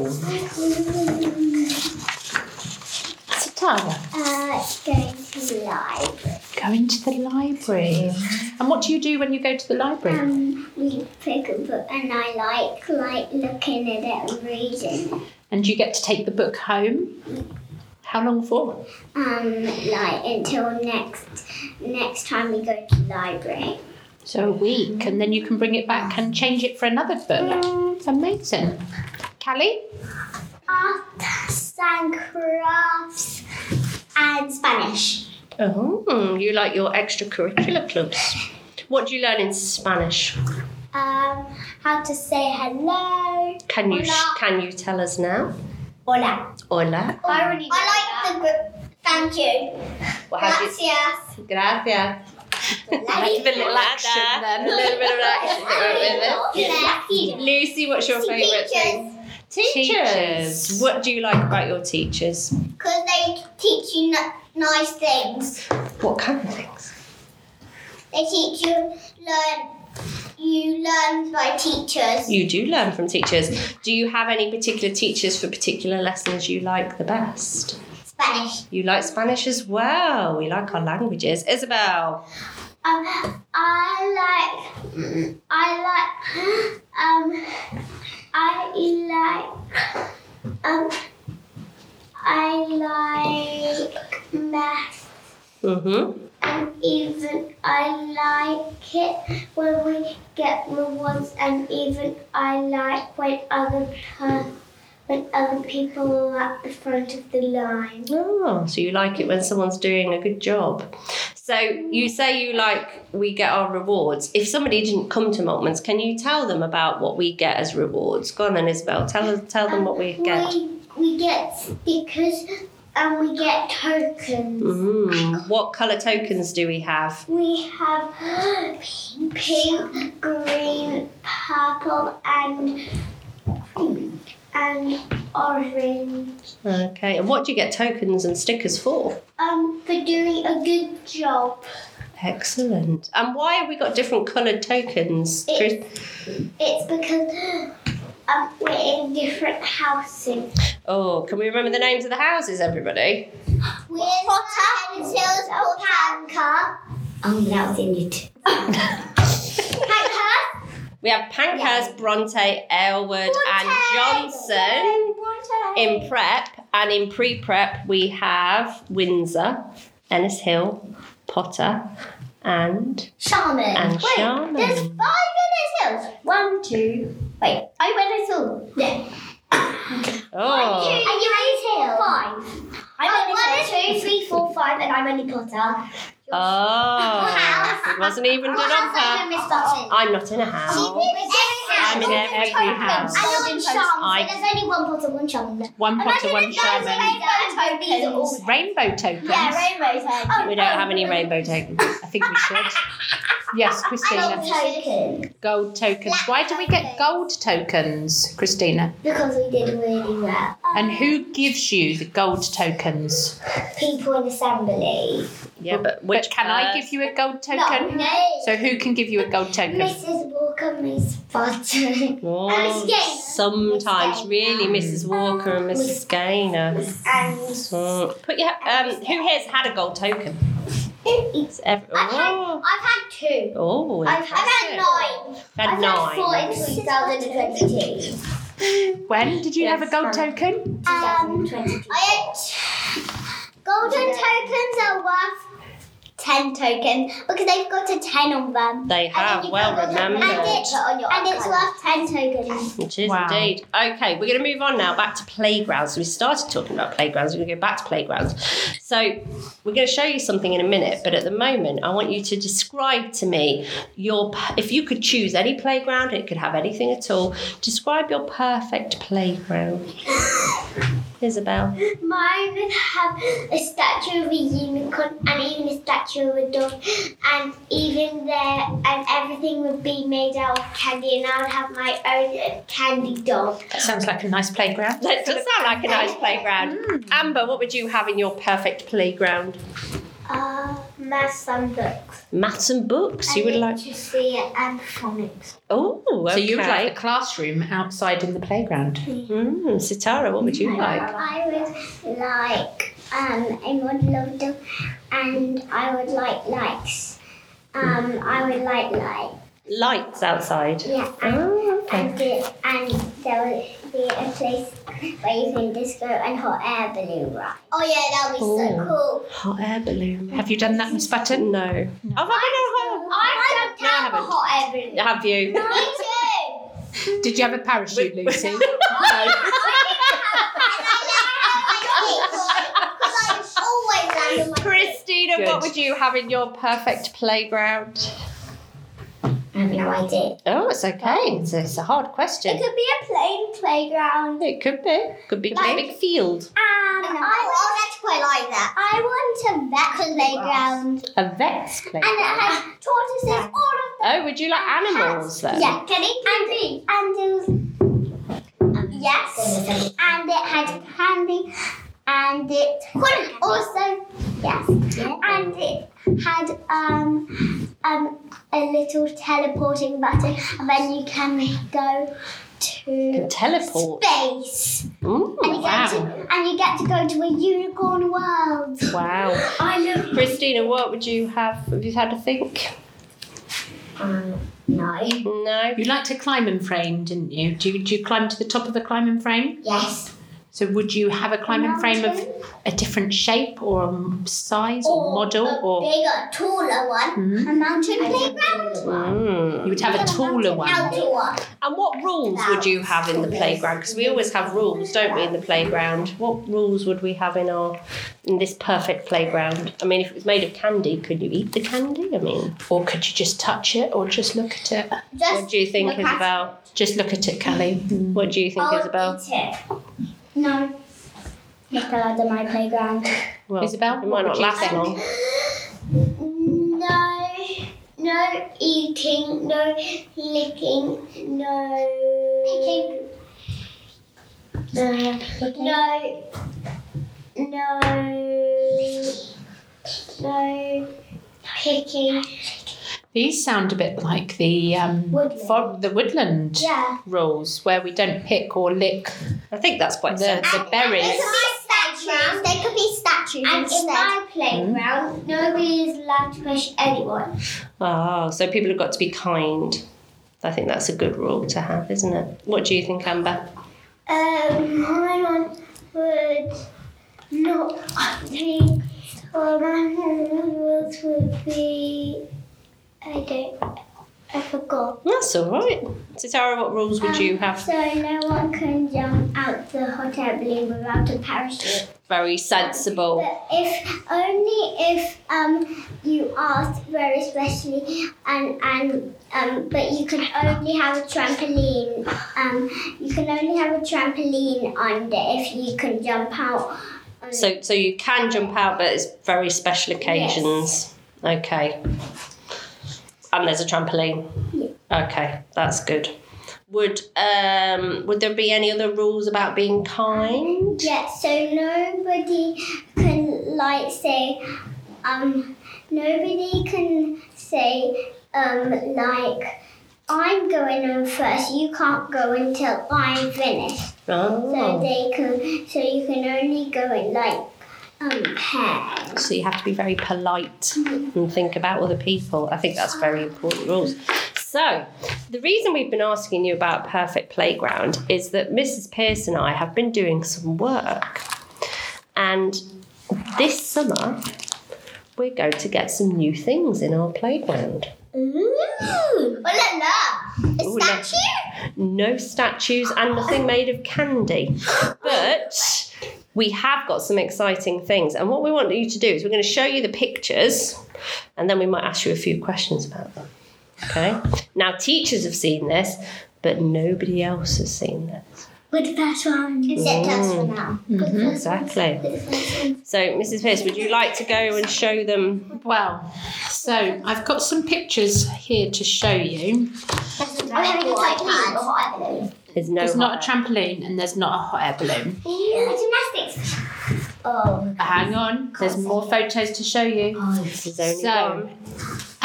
[SPEAKER 4] It's a tower.
[SPEAKER 3] Uh, going to live.
[SPEAKER 4] Going to the library. And what do you do when you go to the library?
[SPEAKER 3] Um, we pick a book and I like like looking at it and reading. it.
[SPEAKER 4] And you get to take the book home? How long for?
[SPEAKER 3] Um, like until next next time we go to library.
[SPEAKER 4] So a week, and then you can bring it back and change it for another book. It's amazing. Callie?
[SPEAKER 3] Art and crafts and Spanish.
[SPEAKER 2] Oh, you like your extracurricular clubs. What do you learn in Spanish?
[SPEAKER 3] Um, how to say hello.
[SPEAKER 2] Can you
[SPEAKER 3] Hola.
[SPEAKER 2] can you tell us now?
[SPEAKER 3] Hola.
[SPEAKER 2] Hola.
[SPEAKER 3] I already. I like the group. Thank you.
[SPEAKER 2] Well, how do you-
[SPEAKER 3] Gracias.
[SPEAKER 2] Gracias.
[SPEAKER 3] Like
[SPEAKER 2] Give it a little action then. A little bit of action.
[SPEAKER 3] Gracias.
[SPEAKER 2] Lucy, what's your favourite thing?
[SPEAKER 3] Teachers,
[SPEAKER 4] Teachers.
[SPEAKER 2] What do you like about your teachers?
[SPEAKER 3] because they teach you n- nice things.
[SPEAKER 2] What kind of things?
[SPEAKER 3] They teach you learn. You learn by teachers.
[SPEAKER 2] You do learn from teachers. Do you have any particular teachers for particular lessons you like the best?
[SPEAKER 3] Spanish.
[SPEAKER 2] You like Spanish as well. We like our languages. Isabel.
[SPEAKER 3] Um, I like. um, I like. Um, I like. Um, I like math.
[SPEAKER 2] Mm-hmm.
[SPEAKER 3] And even I like it when we get rewards, and even I like when other per- when other people are at the front of the line.
[SPEAKER 2] Oh, so you like it when someone's doing a good job. So you say you like we get our rewards. If somebody didn't come to Maltman's, can you tell them about what we get as rewards? Go on then, Isabel. Tell us, tell them what we get.
[SPEAKER 3] We, we get stickers and we get tokens.
[SPEAKER 2] Mm, what colour tokens do we have?
[SPEAKER 3] We have pink, pink, green, purple, and and orange.
[SPEAKER 2] Okay, and what do you get tokens and stickers for?
[SPEAKER 3] Um, for doing a good job.
[SPEAKER 2] Excellent. And why have we got different coloured tokens?
[SPEAKER 3] It- It's because um, we're in different houses.
[SPEAKER 2] Oh, can we remember the names of the houses, everybody?
[SPEAKER 3] We're Potter and Sills Panker. Oh, that was in it. Panker.
[SPEAKER 2] We have Pankhurst, Bronte, Aylward, and Johnson. in prep and in pre prep we have Windsor, Ennis Hill, Potter, and
[SPEAKER 3] Shaman.
[SPEAKER 2] And
[SPEAKER 3] wait,
[SPEAKER 2] Shaman.
[SPEAKER 3] There's five in this house. One, two. Wait, I went at all. Yeah. Two,
[SPEAKER 2] oh,
[SPEAKER 3] and you went Five. I went at two, three, four, five, and I'm only Potter.
[SPEAKER 2] oh, it wasn't even done on
[SPEAKER 3] House
[SPEAKER 2] purpose.
[SPEAKER 3] Miss Button.
[SPEAKER 2] I'm not in a house.
[SPEAKER 3] She lives in
[SPEAKER 2] I'm in every house.
[SPEAKER 3] I know in
[SPEAKER 5] Golden
[SPEAKER 3] charms,
[SPEAKER 2] I-
[SPEAKER 3] but there's only one pot of one charm in there.
[SPEAKER 4] One potter, one shaman.
[SPEAKER 5] Rainbow
[SPEAKER 3] These are all.
[SPEAKER 5] tokens.
[SPEAKER 4] Rainbow tokens.
[SPEAKER 5] Yeah, rainbow tokens.
[SPEAKER 2] We don't have any rainbow tokens.
[SPEAKER 4] I think we should. Yes,
[SPEAKER 5] Gold
[SPEAKER 3] Oh,
[SPEAKER 4] Christina.
[SPEAKER 5] token.
[SPEAKER 4] Gold tokens. Why do we get gold tokens, Christina?
[SPEAKER 3] Because we did really well.
[SPEAKER 4] And who gives you the gold tokens?
[SPEAKER 3] People in assembly.
[SPEAKER 2] Yeah, but which
[SPEAKER 4] But can I give you a gold token?
[SPEAKER 3] No.
[SPEAKER 4] So who can give you a gold token?
[SPEAKER 3] Mrs. Walker, Miss Potter,
[SPEAKER 2] Oh,
[SPEAKER 3] Alice Gaynor.
[SPEAKER 2] sometimes,
[SPEAKER 3] Miss
[SPEAKER 2] really,
[SPEAKER 4] Gaynor.
[SPEAKER 2] Mrs. Walker and Mrs. Gaynor.
[SPEAKER 3] and
[SPEAKER 2] Mm. Put your um. Who here's had a gold token? It's ev-
[SPEAKER 3] I've had,
[SPEAKER 2] oh,
[SPEAKER 3] I've had two.
[SPEAKER 2] oh,
[SPEAKER 3] I've had nine.
[SPEAKER 2] had
[SPEAKER 3] I've had
[SPEAKER 2] nine.
[SPEAKER 3] four in 2022.
[SPEAKER 4] When did you have a gold token?
[SPEAKER 3] Um, I had golden tokens are worth ten tokens because they've got a ten on them.
[SPEAKER 2] They
[SPEAKER 3] And then
[SPEAKER 2] have
[SPEAKER 3] you
[SPEAKER 2] well
[SPEAKER 3] put them- And,
[SPEAKER 2] remembered,
[SPEAKER 3] it's- and it's worth ten tokens.
[SPEAKER 2] which is
[SPEAKER 4] Wow.
[SPEAKER 2] indeed okay. We're going to move on now back to playgrounds. We started talking about playgrounds. We're going to go back to playgrounds. So we're going to show you something in a minute, but at the moment, I want you to describe to me your p- if you could choose any playground. It could have anything at all. Describe your perfect playground, Isabel.
[SPEAKER 3] Mine would have a statue of a unicorn and even a statue of a dog, and even there, and everything would be made out of candy, and I would have my own candy dog.
[SPEAKER 4] That sounds like a nice playground.
[SPEAKER 2] That does sound like a nice playground.
[SPEAKER 4] Mm.
[SPEAKER 2] Amber, what would you have in your perfect playground?
[SPEAKER 3] Uh, my books.
[SPEAKER 2] Maths and books. You would like.
[SPEAKER 3] literacy and phonics.
[SPEAKER 2] Oh, okay.
[SPEAKER 4] So you would like a classroom outside in the playground.
[SPEAKER 2] Mm, Sitara, what would you like?
[SPEAKER 3] I would like um, a model of them, and I would like likes. Um, I would like like
[SPEAKER 2] Lights outside.
[SPEAKER 3] yeah, and,
[SPEAKER 2] Oh, okay.
[SPEAKER 3] and, the, and there would be a place where you can disco and hot air balloon ride. Oh yeah, that would be
[SPEAKER 2] Ooh.
[SPEAKER 3] so cool.
[SPEAKER 2] Hot air balloon.
[SPEAKER 4] Have you done that, Miss Button?
[SPEAKER 2] No. Have I been on
[SPEAKER 3] I don't
[SPEAKER 2] No, I
[SPEAKER 3] have a
[SPEAKER 2] haven't.
[SPEAKER 3] hot air balloon.
[SPEAKER 2] hot? Have you?
[SPEAKER 3] Me too.
[SPEAKER 4] Did you have a parachute, Lucy?
[SPEAKER 3] I didn't have a hot air balloon because I always land on my feet.
[SPEAKER 2] Christina,
[SPEAKER 4] Good.
[SPEAKER 2] what would you have in your perfect playground?
[SPEAKER 3] I have no idea.
[SPEAKER 2] Oh, it's okay. It's, it's a hard
[SPEAKER 3] It
[SPEAKER 2] question.
[SPEAKER 3] could be a plain playground.
[SPEAKER 2] It could be. Could be just a big field.
[SPEAKER 3] Um, I, want, that's quite like that. I want a vet playground.
[SPEAKER 2] A vet's
[SPEAKER 3] And
[SPEAKER 2] playground.
[SPEAKER 3] it has tortoises, all of
[SPEAKER 2] Oh, would you like animals then?
[SPEAKER 3] Yeah, can it candy? And it was, yes. And it had candy. And it also yes. And it had um um a little teleporting button, and then you can go to
[SPEAKER 2] Teleport.
[SPEAKER 3] space.
[SPEAKER 2] Ooh,
[SPEAKER 3] And you get to and you get to go to a unicorn world.
[SPEAKER 2] wow.
[SPEAKER 3] I love
[SPEAKER 2] Christina, what would you have? Have you had a think?
[SPEAKER 3] Um, no.
[SPEAKER 2] No.
[SPEAKER 4] You liked a climbing frame, didn't you? Do you, do you climb to the top of a climbing frame?
[SPEAKER 3] Yes.
[SPEAKER 4] So would you have a climbing frame of
[SPEAKER 3] Mountain.
[SPEAKER 4] a different shape or um, size or, model
[SPEAKER 3] a
[SPEAKER 4] or
[SPEAKER 3] bigger, taller one.
[SPEAKER 4] Hmm?
[SPEAKER 2] Mm-hmm.
[SPEAKER 3] A mountain playground.
[SPEAKER 2] Mm.
[SPEAKER 4] you would have a taller one?
[SPEAKER 3] Outdoor.
[SPEAKER 2] And what rules would you have in the playground? Because we always have rules, don't we, in the playground? What rules would we have in our in this perfect playground? I mean, if it was made of candy, could you eat the candy? I mean,
[SPEAKER 4] Or could you just touch it or just look at it?
[SPEAKER 2] what
[SPEAKER 3] Just
[SPEAKER 2] do you think,
[SPEAKER 3] Look at-
[SPEAKER 2] Isabel?
[SPEAKER 4] Just look at it, Callie.
[SPEAKER 2] What do you think,
[SPEAKER 4] Oh,
[SPEAKER 3] I'll
[SPEAKER 2] Isabel?
[SPEAKER 3] Oh, eat it. No. Not allowed in my playground.
[SPEAKER 2] Well,
[SPEAKER 4] Isabel,
[SPEAKER 2] it might
[SPEAKER 4] what
[SPEAKER 2] not
[SPEAKER 4] would you
[SPEAKER 2] last
[SPEAKER 4] think?
[SPEAKER 2] long.
[SPEAKER 3] No. No eating. No licking. No. Picking. Uh, No. No. No. Picking.
[SPEAKER 4] These sound a bit like the um,
[SPEAKER 3] Woodland.
[SPEAKER 4] for- the woodland
[SPEAKER 3] Yeah.
[SPEAKER 4] rules where we don't pick or lick
[SPEAKER 2] I think that's quite
[SPEAKER 4] the,
[SPEAKER 2] sensible.
[SPEAKER 4] the berries.
[SPEAKER 3] statues. There could be statues. And in my playground, nobody is allowed to push anyone.
[SPEAKER 2] Oh, so people have got to be kind. I think that's a good rule to have, isn't it? What do you think, Amber?
[SPEAKER 3] Um, my one would not be. Well, my rules would be. I don't. I forgot.
[SPEAKER 4] Um,
[SPEAKER 2] That's all right. So, Tara, what rules would you have?
[SPEAKER 3] So no one can jump out the hot air balloon without a parachute.
[SPEAKER 2] Very sensible.
[SPEAKER 3] But if only if um you asked very specially and and um but you can only have a trampoline um you can only have a trampoline under if you can jump out. on it.
[SPEAKER 2] So, so you can jump out, but it's very special occasions. Okay. And there's a trampoline. Okay, that's good. Would um would there be any other rules about being kind?
[SPEAKER 3] Yeah, so nobody can like say, um, nobody can say, um, like, I'm going on first. You can't go until I'm finished. So
[SPEAKER 2] Oh,
[SPEAKER 3] they can. So you can only go in like um pairs.
[SPEAKER 2] so you have to be very polite and think about other people. I think that's very important rules. So, the reason we've been asking you about Perfect Playground is that Mrs. Pierce and I have been doing some work. And this summer, we're going to get some new things in our playground.
[SPEAKER 3] Ooh, Oh, la la!
[SPEAKER 2] Ooh, la. No statues and nothing made of candy. But we have got some exciting things. And what we want you to do is we're going to show you the pictures and then we might ask you a few questions about them. Okay? Now, teachers have seen this, but nobody else has seen this.
[SPEAKER 3] With the first Mm-hmm. one. Except us for now.
[SPEAKER 2] Exactly.
[SPEAKER 3] Exactly.
[SPEAKER 2] So, Mrs. Pierce, would you like to go and show them?
[SPEAKER 4] Well, so I've got some pictures here to show you.
[SPEAKER 3] Oh, yeah, it's like me.
[SPEAKER 2] There's no.
[SPEAKER 4] There's not a trampoline and there's not a hot air balloon.
[SPEAKER 3] Gymnastics. Oh.
[SPEAKER 4] But hang on, there's more photos to show you.
[SPEAKER 2] There's only
[SPEAKER 4] So-
[SPEAKER 2] one.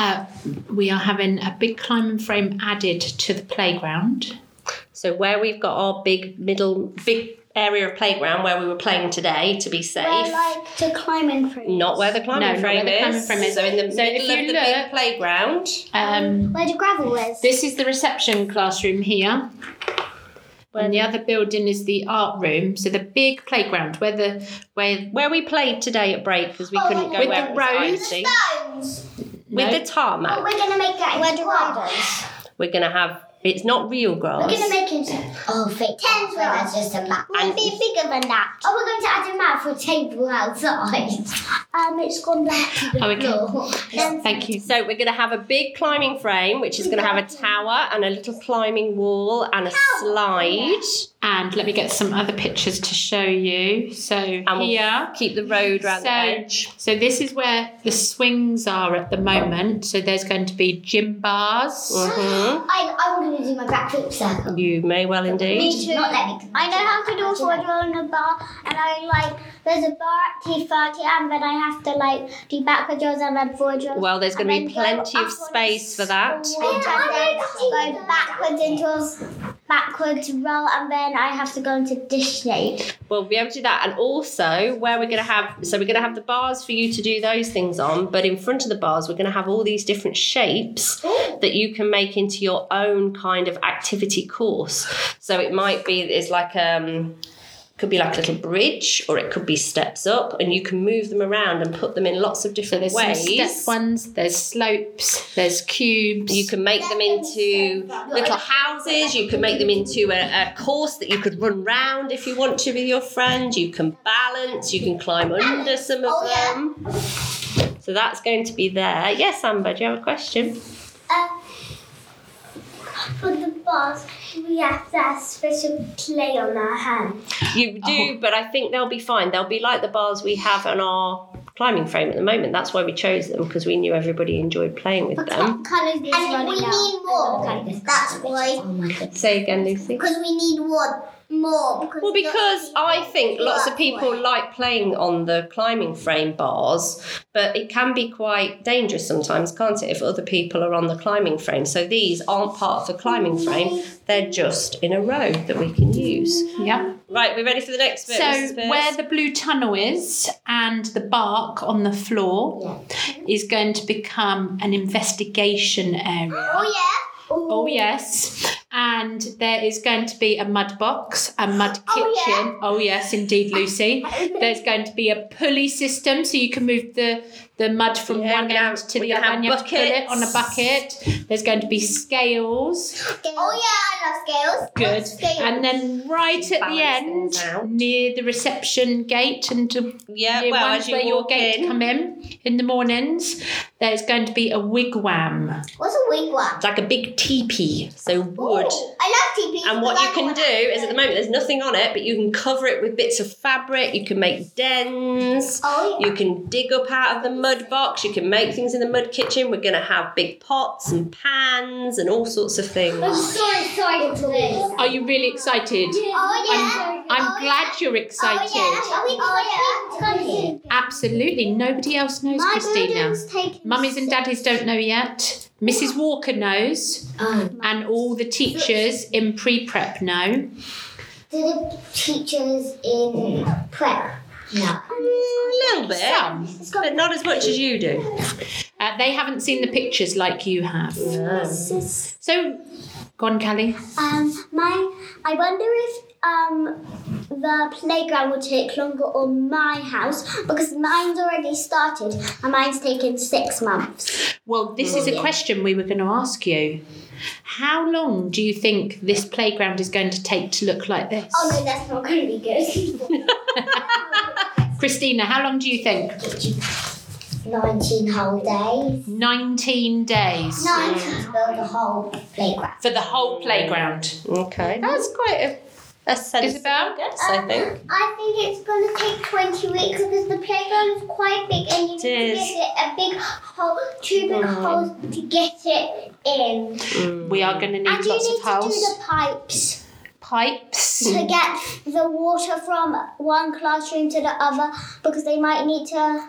[SPEAKER 4] Uh, we are having a big climbing frame added to the playground.
[SPEAKER 2] So where we've got our big middle big area of playground where we were playing today to be safe.
[SPEAKER 3] Where like to climb in through.
[SPEAKER 2] not where the climbing
[SPEAKER 4] No, not
[SPEAKER 2] frame
[SPEAKER 4] where the
[SPEAKER 2] is.
[SPEAKER 4] climbing frame is.
[SPEAKER 2] So in the
[SPEAKER 4] So if
[SPEAKER 2] middle of
[SPEAKER 4] you
[SPEAKER 2] the
[SPEAKER 4] look-
[SPEAKER 2] big playground.
[SPEAKER 4] Um,
[SPEAKER 3] Where the gravel is.
[SPEAKER 4] this is the reception classroom here. And the other building is the art room, so the big playground where the where
[SPEAKER 2] Where we played today at break because we
[SPEAKER 3] Oh,
[SPEAKER 2] couldn't go
[SPEAKER 4] with
[SPEAKER 2] where
[SPEAKER 4] the
[SPEAKER 2] it was
[SPEAKER 4] roads.
[SPEAKER 2] icy.
[SPEAKER 3] Stones.
[SPEAKER 2] With
[SPEAKER 4] No.
[SPEAKER 2] the tarmac,
[SPEAKER 3] we're gonna make that. Where the gravel is.
[SPEAKER 2] we're gonna have. It's not real grass.
[SPEAKER 3] We're gonna make it. Oh, fake. Tens well, that's just a map. We'll be bigger than that. Oh, we're going to add a map for a table outside. Um, it's gone back to the
[SPEAKER 4] Oh, okay.
[SPEAKER 3] floor. Then
[SPEAKER 4] thank you.
[SPEAKER 2] so we're gonna have a big climbing frame, which is gonna have a tower and a little climbing wall and a slide.
[SPEAKER 4] And let me get some other pictures to show you. So
[SPEAKER 2] And we'll
[SPEAKER 4] here.
[SPEAKER 2] keep the road round the
[SPEAKER 4] So-
[SPEAKER 2] edge.
[SPEAKER 4] So this is where the swings are at the moment. So there's going to be gym bars.
[SPEAKER 2] Mhm.
[SPEAKER 3] I, I'm going to do my backflip circle.
[SPEAKER 2] You may well indeed.
[SPEAKER 3] Me too. Not let me. I know how to do a forward roll in a bar, and I like there's a bar at T30, and then I have to like do backward rolls and then forward rolls.
[SPEAKER 2] Well, there's going to be
[SPEAKER 3] And then go
[SPEAKER 2] plenty of
[SPEAKER 3] up on
[SPEAKER 2] space for that.
[SPEAKER 3] And then go backwards into a s- backwards roll, and then I have to go into dish shape.
[SPEAKER 2] We'll be able to do that. And also, where we're going to have, so we're going to have the bars for you to do those things on, but in front of the bars, we're going to have all these different shapes that you can make into your own kind of activity course. So it might be, it's like, um, could be like a little bridge or it could be steps up and you can move them around and put them in lots of
[SPEAKER 4] So
[SPEAKER 2] different
[SPEAKER 4] there's some
[SPEAKER 2] ways.
[SPEAKER 4] step ones, there's slopes, there's cubes.
[SPEAKER 2] You can make them into little houses. You can make them into a, a course that you could run round if you want to with your friend. You can balance. You can climb under some of them. So that's going to be there. Yes, Amber, do you have a question?
[SPEAKER 3] Uh, for the bars, we have to have special clay on our hands.
[SPEAKER 2] You do, but I think they'll be fine. They'll be like the bars we have on our climbing frame at the moment. That's why we chose them because we knew everybody enjoyed playing with them.
[SPEAKER 3] Colours and we need more. That's why.
[SPEAKER 2] Say again, Lucy.
[SPEAKER 3] Because we need more. More. Because
[SPEAKER 2] Well, because I think lots of people
[SPEAKER 3] like
[SPEAKER 2] like playing on the climbing frame bars, but it can be quite dangerous sometimes, can't it, if other people are on the climbing frame? So these aren't part of the climbing frame, they're just in a row that we can use.
[SPEAKER 4] yeah.
[SPEAKER 2] Right, we're ready for the next bit.
[SPEAKER 4] So
[SPEAKER 2] Mrs. Pierce?
[SPEAKER 4] where the blue tunnel is and the bark on the floor is going to become an investigation area.
[SPEAKER 3] Oh yeah.
[SPEAKER 4] Oh yes. And there is going to be a mud box, a mud kitchen.
[SPEAKER 3] Oh, yeah.
[SPEAKER 4] Oh yes, indeed, Lucy. There's going to be a pulley system so you can move the the mud from
[SPEAKER 2] Yeah,
[SPEAKER 4] one
[SPEAKER 2] we're gonna
[SPEAKER 4] end
[SPEAKER 2] have-
[SPEAKER 4] to
[SPEAKER 2] we're
[SPEAKER 4] the
[SPEAKER 2] gonna
[SPEAKER 4] other,
[SPEAKER 2] have
[SPEAKER 4] and you have to pull it
[SPEAKER 2] buckets.
[SPEAKER 4] on a bucket. There's going to be scales.
[SPEAKER 3] Oh yeah, I love scales.
[SPEAKER 4] Good.
[SPEAKER 3] Love scales.
[SPEAKER 4] And then right at the
[SPEAKER 2] Balance
[SPEAKER 4] end,
[SPEAKER 2] those out.
[SPEAKER 4] near the reception gate and to
[SPEAKER 3] Uh,
[SPEAKER 6] Yeah,
[SPEAKER 4] near
[SPEAKER 6] well,
[SPEAKER 4] ones
[SPEAKER 6] as you
[SPEAKER 4] where your
[SPEAKER 6] walk
[SPEAKER 4] gate
[SPEAKER 6] in.
[SPEAKER 4] come in in the mornings, there's going to be a wigwam.
[SPEAKER 3] what's a wigwam?
[SPEAKER 2] It's like a big teepee, so wood.
[SPEAKER 3] Ooh, I love teepees.
[SPEAKER 2] And what
[SPEAKER 3] because
[SPEAKER 2] you
[SPEAKER 3] I
[SPEAKER 2] can
[SPEAKER 3] don't
[SPEAKER 2] do
[SPEAKER 3] have
[SPEAKER 2] is at the
[SPEAKER 3] them.
[SPEAKER 2] moment there's nothing on it, but you can cover it with bits of fabric. You can make dens.
[SPEAKER 3] Oh yeah.
[SPEAKER 2] You can dig up out of the mud box. You can make things in the mud kitchen. We're going to have big pots and pans and all sorts of
[SPEAKER 3] I'm
[SPEAKER 2] things.
[SPEAKER 3] so excited for this.
[SPEAKER 4] Are you really excited?
[SPEAKER 3] Oh yeah.
[SPEAKER 4] I'm
[SPEAKER 3] oh,
[SPEAKER 4] glad you're
[SPEAKER 3] Yeah.
[SPEAKER 4] excited.
[SPEAKER 3] Oh yeah. Are we going
[SPEAKER 4] Absolutely. Nobody else knows,
[SPEAKER 3] My
[SPEAKER 4] Christina.
[SPEAKER 3] building's taken.
[SPEAKER 4] Mummies and daddies don't know yet. Mrs. Walker knows,
[SPEAKER 3] Oh.
[SPEAKER 4] and all the teachers in pre prep know.
[SPEAKER 3] Do the teachers in prep? No.
[SPEAKER 2] A little bit,
[SPEAKER 4] Some.
[SPEAKER 2] but not as much as you do.
[SPEAKER 4] Uh, they haven't seen the pictures like you have. So, go on, Callie.
[SPEAKER 3] Um, my, I wonder if um, the playground will take longer on my house because mine's already started and mine's taken six months.
[SPEAKER 4] Well, this is a question we were going to ask you. How long do you think this playground is going to take to look like this?
[SPEAKER 3] Oh no, that's not going to be good.
[SPEAKER 4] Christina, how long do you think?
[SPEAKER 3] 19 whole days.
[SPEAKER 4] 19 days
[SPEAKER 3] Nineteen to build the whole playground.
[SPEAKER 4] for the whole playground.
[SPEAKER 2] Okay, that's quite a, a sensible
[SPEAKER 4] Isabel?
[SPEAKER 2] guess, I think.
[SPEAKER 3] I think it's going to take 20 weeks because the playground is quite big and you need to
[SPEAKER 2] is.
[SPEAKER 3] give it a big hole, two big holes to get it in.
[SPEAKER 4] We are going to need
[SPEAKER 3] And you
[SPEAKER 4] lots
[SPEAKER 3] need to
[SPEAKER 4] of
[SPEAKER 3] do
[SPEAKER 4] holes.
[SPEAKER 3] the pipes
[SPEAKER 4] Pipes.
[SPEAKER 3] to get the water from one classroom to the other because they might need to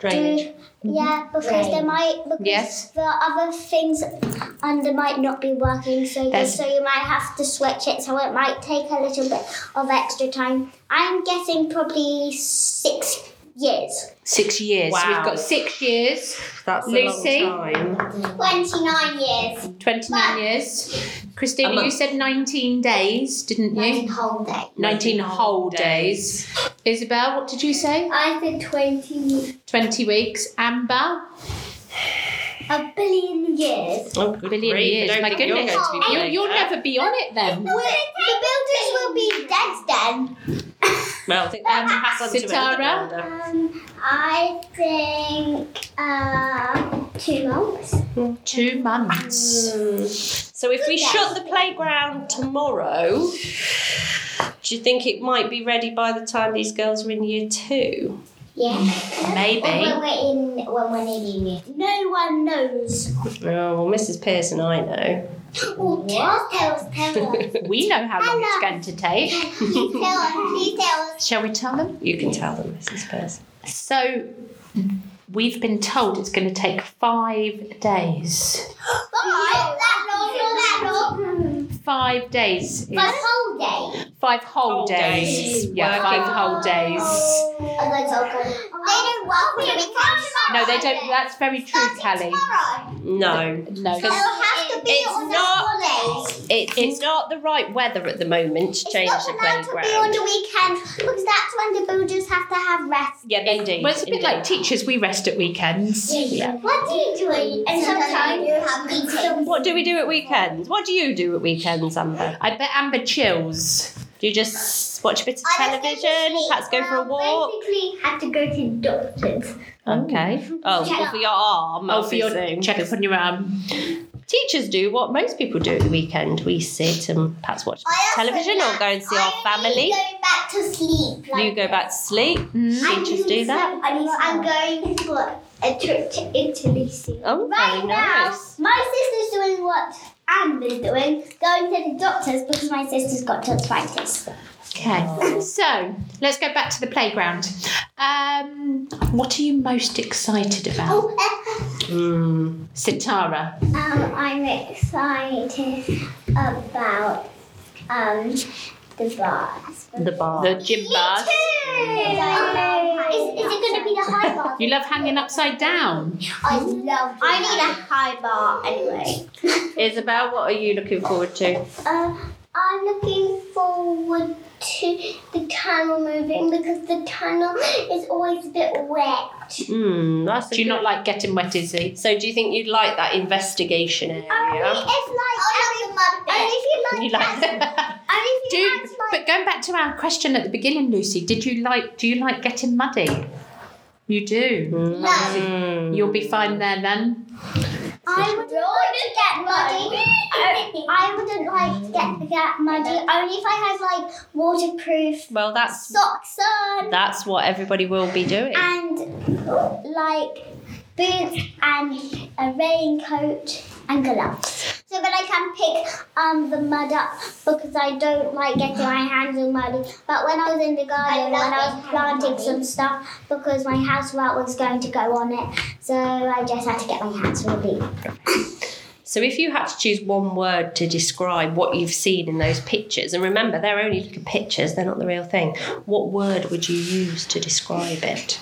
[SPEAKER 2] Drainage.
[SPEAKER 3] do yeah because they might because
[SPEAKER 4] Yes.
[SPEAKER 3] the other things under might not be working so you,
[SPEAKER 4] That's-
[SPEAKER 3] so you might have to switch it so it might take a little bit of extra time. I'm guessing probably six years.
[SPEAKER 4] Six years. So
[SPEAKER 2] Wow.
[SPEAKER 4] we've got six years,
[SPEAKER 2] That's
[SPEAKER 4] Lucy?
[SPEAKER 2] a long time.
[SPEAKER 3] Twenty nine years.
[SPEAKER 4] 29 years.
[SPEAKER 2] A
[SPEAKER 4] Christina, you
[SPEAKER 2] month.
[SPEAKER 4] said 19 days, didn't
[SPEAKER 3] Nineteen
[SPEAKER 4] you?
[SPEAKER 3] whole day.
[SPEAKER 4] 19 whole days. Isabel, what did you say?
[SPEAKER 3] I said twenty
[SPEAKER 4] 20 weeks. Amber,
[SPEAKER 3] a billion years.
[SPEAKER 2] Oh, good
[SPEAKER 4] billion
[SPEAKER 2] grief, I
[SPEAKER 4] years.
[SPEAKER 2] don't
[SPEAKER 4] My
[SPEAKER 2] think you're
[SPEAKER 4] goodness.
[SPEAKER 2] going to be
[SPEAKER 3] Oh,
[SPEAKER 4] You,
[SPEAKER 2] playing
[SPEAKER 4] you'll
[SPEAKER 2] that.
[SPEAKER 4] never be on it then.
[SPEAKER 3] Well, the builders will be dead then.
[SPEAKER 2] Well, I think they have to pass on to another
[SPEAKER 4] Sitara?
[SPEAKER 2] builder.
[SPEAKER 3] Um, I think um, two months.
[SPEAKER 4] Two months.
[SPEAKER 2] Mm. So if we shut the playground tomorrow, do you think it might be ready by the time these girls are in year two?
[SPEAKER 3] Yeah.
[SPEAKER 4] Maybe.
[SPEAKER 3] Or when we're in, when we're needing it. No one knows.
[SPEAKER 2] Oh, well, Mrs. Pearson, I know.
[SPEAKER 3] Oh, tell us, tell us, tell us.
[SPEAKER 4] We know how long it's going to take.
[SPEAKER 3] Please tell us, please tell us.
[SPEAKER 4] Shall we tell them?
[SPEAKER 2] You can tell them, Mrs. Pearson.
[SPEAKER 4] So we've been told it's going to take five days.
[SPEAKER 3] Five. That long, not that long.
[SPEAKER 4] Five days. Is
[SPEAKER 3] But whole day.
[SPEAKER 4] five whole,
[SPEAKER 2] Whole
[SPEAKER 4] days.
[SPEAKER 2] days.
[SPEAKER 4] Yeah,
[SPEAKER 2] Working.
[SPEAKER 4] five whole days.
[SPEAKER 3] Otherwise I'll go. They don't want me to come
[SPEAKER 4] No, they don't. That's very true, Callie.
[SPEAKER 3] tomorrow.
[SPEAKER 2] No,
[SPEAKER 4] No,
[SPEAKER 3] They'll have to be
[SPEAKER 2] It's
[SPEAKER 3] on the
[SPEAKER 2] not-
[SPEAKER 3] holidays.
[SPEAKER 2] it's, not the right weather at the moment to
[SPEAKER 3] It's
[SPEAKER 2] change
[SPEAKER 3] not
[SPEAKER 2] the
[SPEAKER 3] allowed to be on
[SPEAKER 2] playground.
[SPEAKER 3] the weekend because that's when the builders have to have rest.
[SPEAKER 2] Yeah, indeed.
[SPEAKER 4] well, it's a bit
[SPEAKER 2] indeed.
[SPEAKER 4] like teachers. We rest at weekends.
[SPEAKER 3] What do you do? And sometimes you have meetings.
[SPEAKER 2] What do we do at weekends? What do you do at weekends, Amber?
[SPEAKER 4] I bet Amber chills.
[SPEAKER 2] Do you just watch a bit of television? Perhaps go for a walk? Oh,
[SPEAKER 3] Basically, had to go to doctors.
[SPEAKER 2] Okay. Oh,
[SPEAKER 3] Yeah.
[SPEAKER 2] well, for your arm.
[SPEAKER 4] Oh, for your
[SPEAKER 2] obviously.
[SPEAKER 4] check up on your arm.
[SPEAKER 2] Teachers do what most people do at the weekend. We sit and perhaps watch television or go and see our family.
[SPEAKER 3] Going back to Mm. sleep.
[SPEAKER 2] You go back to sleep. Teachers do that.
[SPEAKER 3] I'm going for a trip to Italy soon.
[SPEAKER 2] Oh,
[SPEAKER 3] Right
[SPEAKER 2] very
[SPEAKER 3] now,
[SPEAKER 2] nice.
[SPEAKER 3] my sister's doing what Amber's doing, going to the doctors because my sister's got arthritis.
[SPEAKER 4] Okay, so let's go back to the playground. Um, what are you most excited about,
[SPEAKER 3] Oh,
[SPEAKER 2] Mm.
[SPEAKER 4] Sitara?
[SPEAKER 3] Um, I'm excited about um the bars.
[SPEAKER 2] The bar.
[SPEAKER 4] The gym bars.
[SPEAKER 3] Is, is it going to be the high bar?
[SPEAKER 4] You love hanging upside down.
[SPEAKER 3] I love. I need a high bar anyway.
[SPEAKER 2] Isabel, what are you looking forward to?
[SPEAKER 3] Uh, I'm looking forward to the tunnel moving because the tunnel is always a bit wet.
[SPEAKER 2] Mm, that's a
[SPEAKER 4] Do you
[SPEAKER 2] good-
[SPEAKER 4] not like getting wet, Izzy?
[SPEAKER 2] So do you think you'd like that investigation area?
[SPEAKER 3] Only if like only, only if you like,
[SPEAKER 2] You like-
[SPEAKER 3] cats- only if
[SPEAKER 4] Do
[SPEAKER 3] you
[SPEAKER 4] you,
[SPEAKER 3] like like
[SPEAKER 4] but going back to our question at the beginning, Lucy, did you like? Do you like getting muddy? You do.
[SPEAKER 3] no.
[SPEAKER 2] Mm.
[SPEAKER 4] You'll be fine there then.
[SPEAKER 3] I would like to get muddy. I, I wouldn't like to get, get muddy only if I had like waterproof
[SPEAKER 2] Well, that's
[SPEAKER 3] socks on
[SPEAKER 2] that's what everybody will be doing.
[SPEAKER 3] and like boots and a raincoat and gloves. So that I can pick um, the mud up because I don't like getting my hands all muddy. But when I was in the garden, when I was planting some stuff, because my house rat was going to go on it, so I just had to get my hands muddy.
[SPEAKER 2] So if you had to choose one word to describe what you've seen in those pictures, and remember they're only little pictures, they're not the real thing. What word would you use to describe it?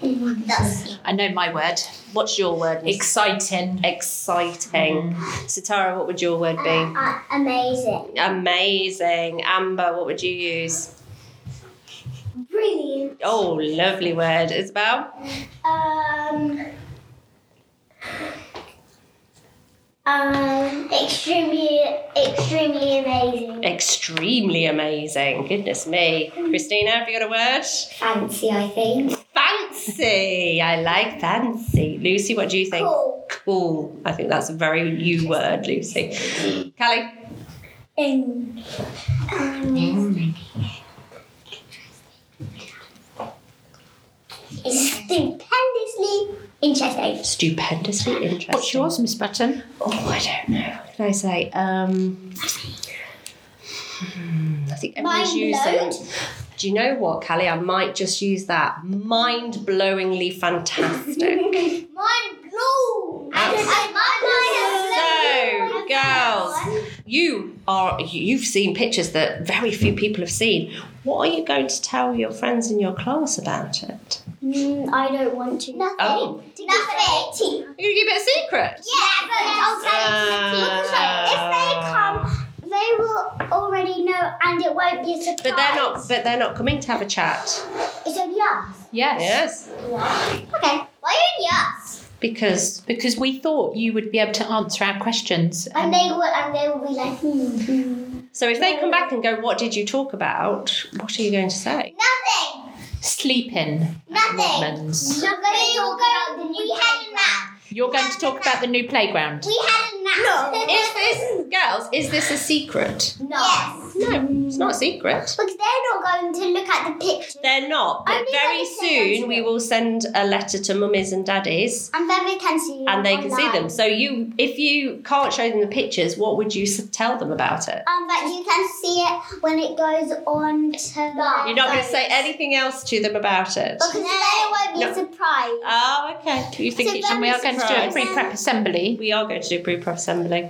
[SPEAKER 4] I know my word.
[SPEAKER 2] What's your word? Miss?
[SPEAKER 4] Exciting.
[SPEAKER 2] Exciting. So Tara, what would your word be?
[SPEAKER 3] Uh, amazing.
[SPEAKER 2] Amazing. Amber, what would you use?
[SPEAKER 3] Brilliant.
[SPEAKER 2] Oh, lovely word. Isabel?
[SPEAKER 3] Um. Um, extremely, extremely amazing.
[SPEAKER 2] Extremely amazing. Goodness me. Christina, have you got a word?
[SPEAKER 3] Fancy, I think.
[SPEAKER 2] Fancy. I like fancy. Lucy, what do you think?
[SPEAKER 3] Cool.
[SPEAKER 2] Cool. I think that's a very you word, Lucy. Callie?
[SPEAKER 3] Um, it's stupendously interesting.
[SPEAKER 2] Stupendously interesting.
[SPEAKER 4] What's yours, Miss Button?
[SPEAKER 2] Oh, I don't know. What can I say? Um, hmm, I think everyone's
[SPEAKER 3] Mind
[SPEAKER 2] used
[SPEAKER 3] blown?
[SPEAKER 2] it. Do you know what, Callie? I might just use that. Mind blowingly fantastic.
[SPEAKER 3] Mine blue.
[SPEAKER 2] so, girls, you are you've seen pictures that very few people have seen. What are you going to tell your friends in your class about it?
[SPEAKER 3] Mm, I don't want to. Nothing.
[SPEAKER 2] Oh.
[SPEAKER 3] Nothing.
[SPEAKER 2] You're gonna keep it a secret.
[SPEAKER 3] Yeah, but I'll tell you.
[SPEAKER 2] Ah.
[SPEAKER 3] if they come, they will already know, and it won't be a surprise.
[SPEAKER 2] But they're not. But they're not coming to have a chat.
[SPEAKER 3] It's only us.
[SPEAKER 4] Yes.
[SPEAKER 2] Yes,
[SPEAKER 3] Okay. Why only us?
[SPEAKER 2] because
[SPEAKER 4] Because we thought you would be able to answer our questions.
[SPEAKER 3] And they will, and they will be like, hmm, hmm.
[SPEAKER 2] so if they come back and go, "What did you talk about?" What are you going to say?
[SPEAKER 3] nothing,
[SPEAKER 4] Sleeping.
[SPEAKER 3] nothing.
[SPEAKER 4] Edmonds.
[SPEAKER 3] We're going to talk about the new. We had a nap.
[SPEAKER 4] You're going to talk about the new playground.
[SPEAKER 3] We had a nap.
[SPEAKER 2] Is this, girls? Is this a secret?
[SPEAKER 3] No. Yes.
[SPEAKER 2] No, it's not a secret.
[SPEAKER 3] Because they're not going to look at the picture.
[SPEAKER 2] They're not. But
[SPEAKER 3] Only
[SPEAKER 2] very
[SPEAKER 3] when it's their
[SPEAKER 2] soon we
[SPEAKER 3] lunch
[SPEAKER 2] will send a letter to mummies and daddies,
[SPEAKER 3] And then they can see.
[SPEAKER 2] and they can see
[SPEAKER 3] online.
[SPEAKER 2] them. So you, if you can't show them the pictures, what would you s- tell them about it?
[SPEAKER 3] Um, but you can see it when it goes on to the.
[SPEAKER 2] You're not going to say anything else to them about it.
[SPEAKER 3] Because they won't be
[SPEAKER 2] No.
[SPEAKER 3] surprised.
[SPEAKER 2] Oh, okay.
[SPEAKER 4] You think
[SPEAKER 3] So
[SPEAKER 4] it's, and
[SPEAKER 3] then
[SPEAKER 4] we are going to do a
[SPEAKER 2] surprise.
[SPEAKER 4] pre-prep assembly
[SPEAKER 2] We are going to do pre-prep assembly.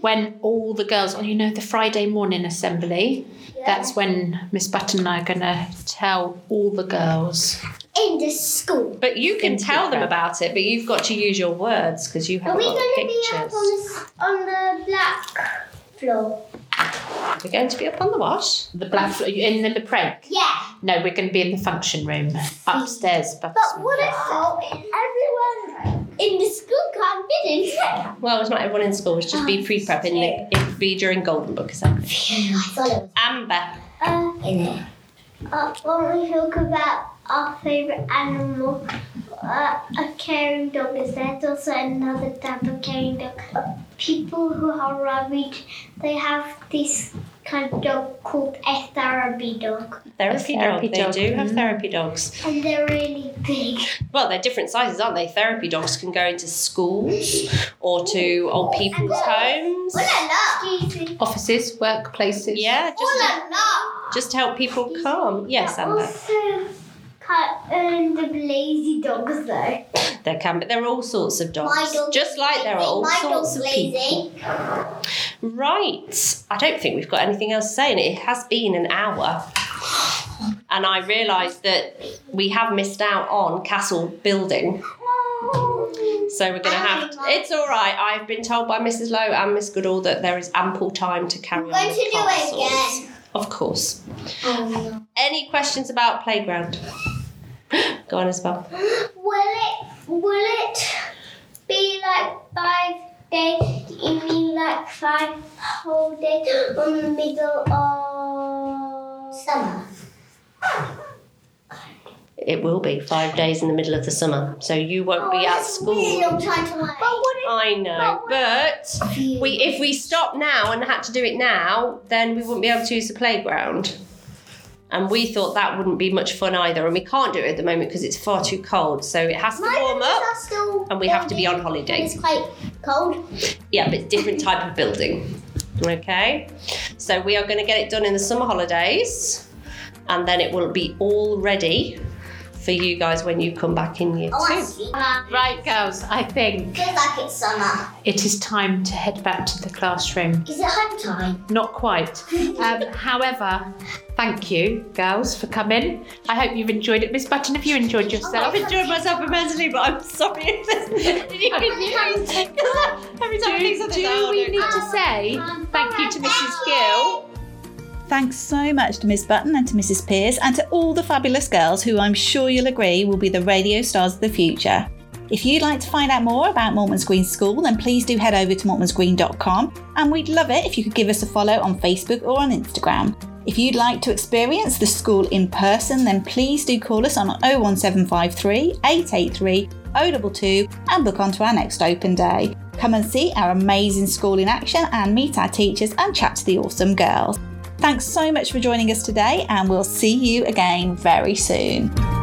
[SPEAKER 4] when all the girls, oh, you know, the Friday morning assembly. That's when Miss Button and I are going to tell all the girls.
[SPEAKER 3] in the school.
[SPEAKER 2] But you can
[SPEAKER 4] Into
[SPEAKER 2] tell them
[SPEAKER 4] prep.
[SPEAKER 2] about it, but you've got to use your words because you have a
[SPEAKER 3] Are we
[SPEAKER 2] lot
[SPEAKER 3] going
[SPEAKER 2] of
[SPEAKER 3] to be up
[SPEAKER 2] pictures.
[SPEAKER 3] on the, on the black floor?
[SPEAKER 2] We're going to be up on the wash.
[SPEAKER 4] The black fl- in the prank.
[SPEAKER 3] Yeah,
[SPEAKER 4] No, we're going to be in the function room upstairs. But
[SPEAKER 3] but what if everyone in the school can't fit in?
[SPEAKER 2] Well, it's not everyone in school. It's just be pre-prep and it- it'd be during Golden Book assembly. Amber.
[SPEAKER 3] Uh, in it. Uh, when we talk about our favourite animal, uh, a caring dog is there's also another type of caring dog. People who are rabid, they have this kind of dog called a therapy dog,
[SPEAKER 2] Therapy,
[SPEAKER 4] A therapy
[SPEAKER 2] dog.
[SPEAKER 4] dog.
[SPEAKER 2] They do have therapy dogs.
[SPEAKER 3] and they're really big.
[SPEAKER 2] Well, they're different sizes, aren't they? Therapy dogs can go into schools or to old people's homes.
[SPEAKER 3] Excuse me.
[SPEAKER 4] offices, workplaces.
[SPEAKER 2] Yeah, just to, just to help people calm. Yes, Amber.
[SPEAKER 3] Also, cut and the lazy dogs though.
[SPEAKER 2] There can, but there are all sorts of dogs. Just like there are all sorts of people. Right. I don't think we've got anything else to say, and it has been an hour. And I realised that we have missed out on castle building. So we're going to have. it's all right. I've been told by Mrs. Lowe and Miss Goodall that there is ample time to carry on.
[SPEAKER 3] going
[SPEAKER 2] with
[SPEAKER 3] to do it
[SPEAKER 2] castles.
[SPEAKER 3] again. Oh,
[SPEAKER 2] Of course.
[SPEAKER 5] Um,
[SPEAKER 2] Any questions about playground? Go on, Isabel.
[SPEAKER 3] Will it will it be like five days? You mean like five whole days on the middle of
[SPEAKER 5] summer.
[SPEAKER 2] It will be five days in the middle of the summer, so you won't
[SPEAKER 3] Oh,
[SPEAKER 2] be at
[SPEAKER 5] Really
[SPEAKER 2] school.
[SPEAKER 5] long time to wait.
[SPEAKER 3] But what if
[SPEAKER 2] I know, but we if we stopped now and had to do it now, then we wouldn't be able to use the playground. And we thought that wouldn't be much fun either, and we can't do it at the moment because it's far too cold. So it has to
[SPEAKER 5] My
[SPEAKER 2] warm
[SPEAKER 5] numbers
[SPEAKER 2] up,
[SPEAKER 5] are still
[SPEAKER 2] and we have to be on
[SPEAKER 5] building, and
[SPEAKER 2] holiday.
[SPEAKER 5] It's quite cold.
[SPEAKER 2] Yeah, but it's different type of building. Okay, so we are going to get it done in the summer holidays, and then it will be all ready for you guys when you come back in
[SPEAKER 3] Oh,
[SPEAKER 2] year
[SPEAKER 5] I want to
[SPEAKER 2] two.
[SPEAKER 5] sleep.
[SPEAKER 4] Right, girls, I think
[SPEAKER 5] Feels like it's summer.
[SPEAKER 4] it is time to head back to the classroom.
[SPEAKER 5] Is it home time?
[SPEAKER 4] Not quite. Um, however, thank you, girls, for coming. I hope you've enjoyed it. Miss Button, have you enjoyed yourself?
[SPEAKER 2] I've enjoyed myself immensely, but I'm sorry if this. Did you every time I
[SPEAKER 4] do,
[SPEAKER 2] think something,
[SPEAKER 4] do
[SPEAKER 2] oh, no.
[SPEAKER 4] we need to say thank you to Mrs. Gill?
[SPEAKER 1] Thanks so much to Miss Button and to Mrs. Pierce and to all the fabulous girls who I'm sure you'll agree will be the radio stars of the future. If you'd like to find out more about Mortman's Green School, then please do head over to mortmansgreen.com and we'd love it if you could give us a follow on Facebook or on Instagram. If you'd like to experience the school in person, then please do call us on 01753 883 022 and book onto our next open day. Come and see our amazing school in action and meet our teachers and chat to the awesome girls. Thanks so much for joining us today, and we'll see you again very soon.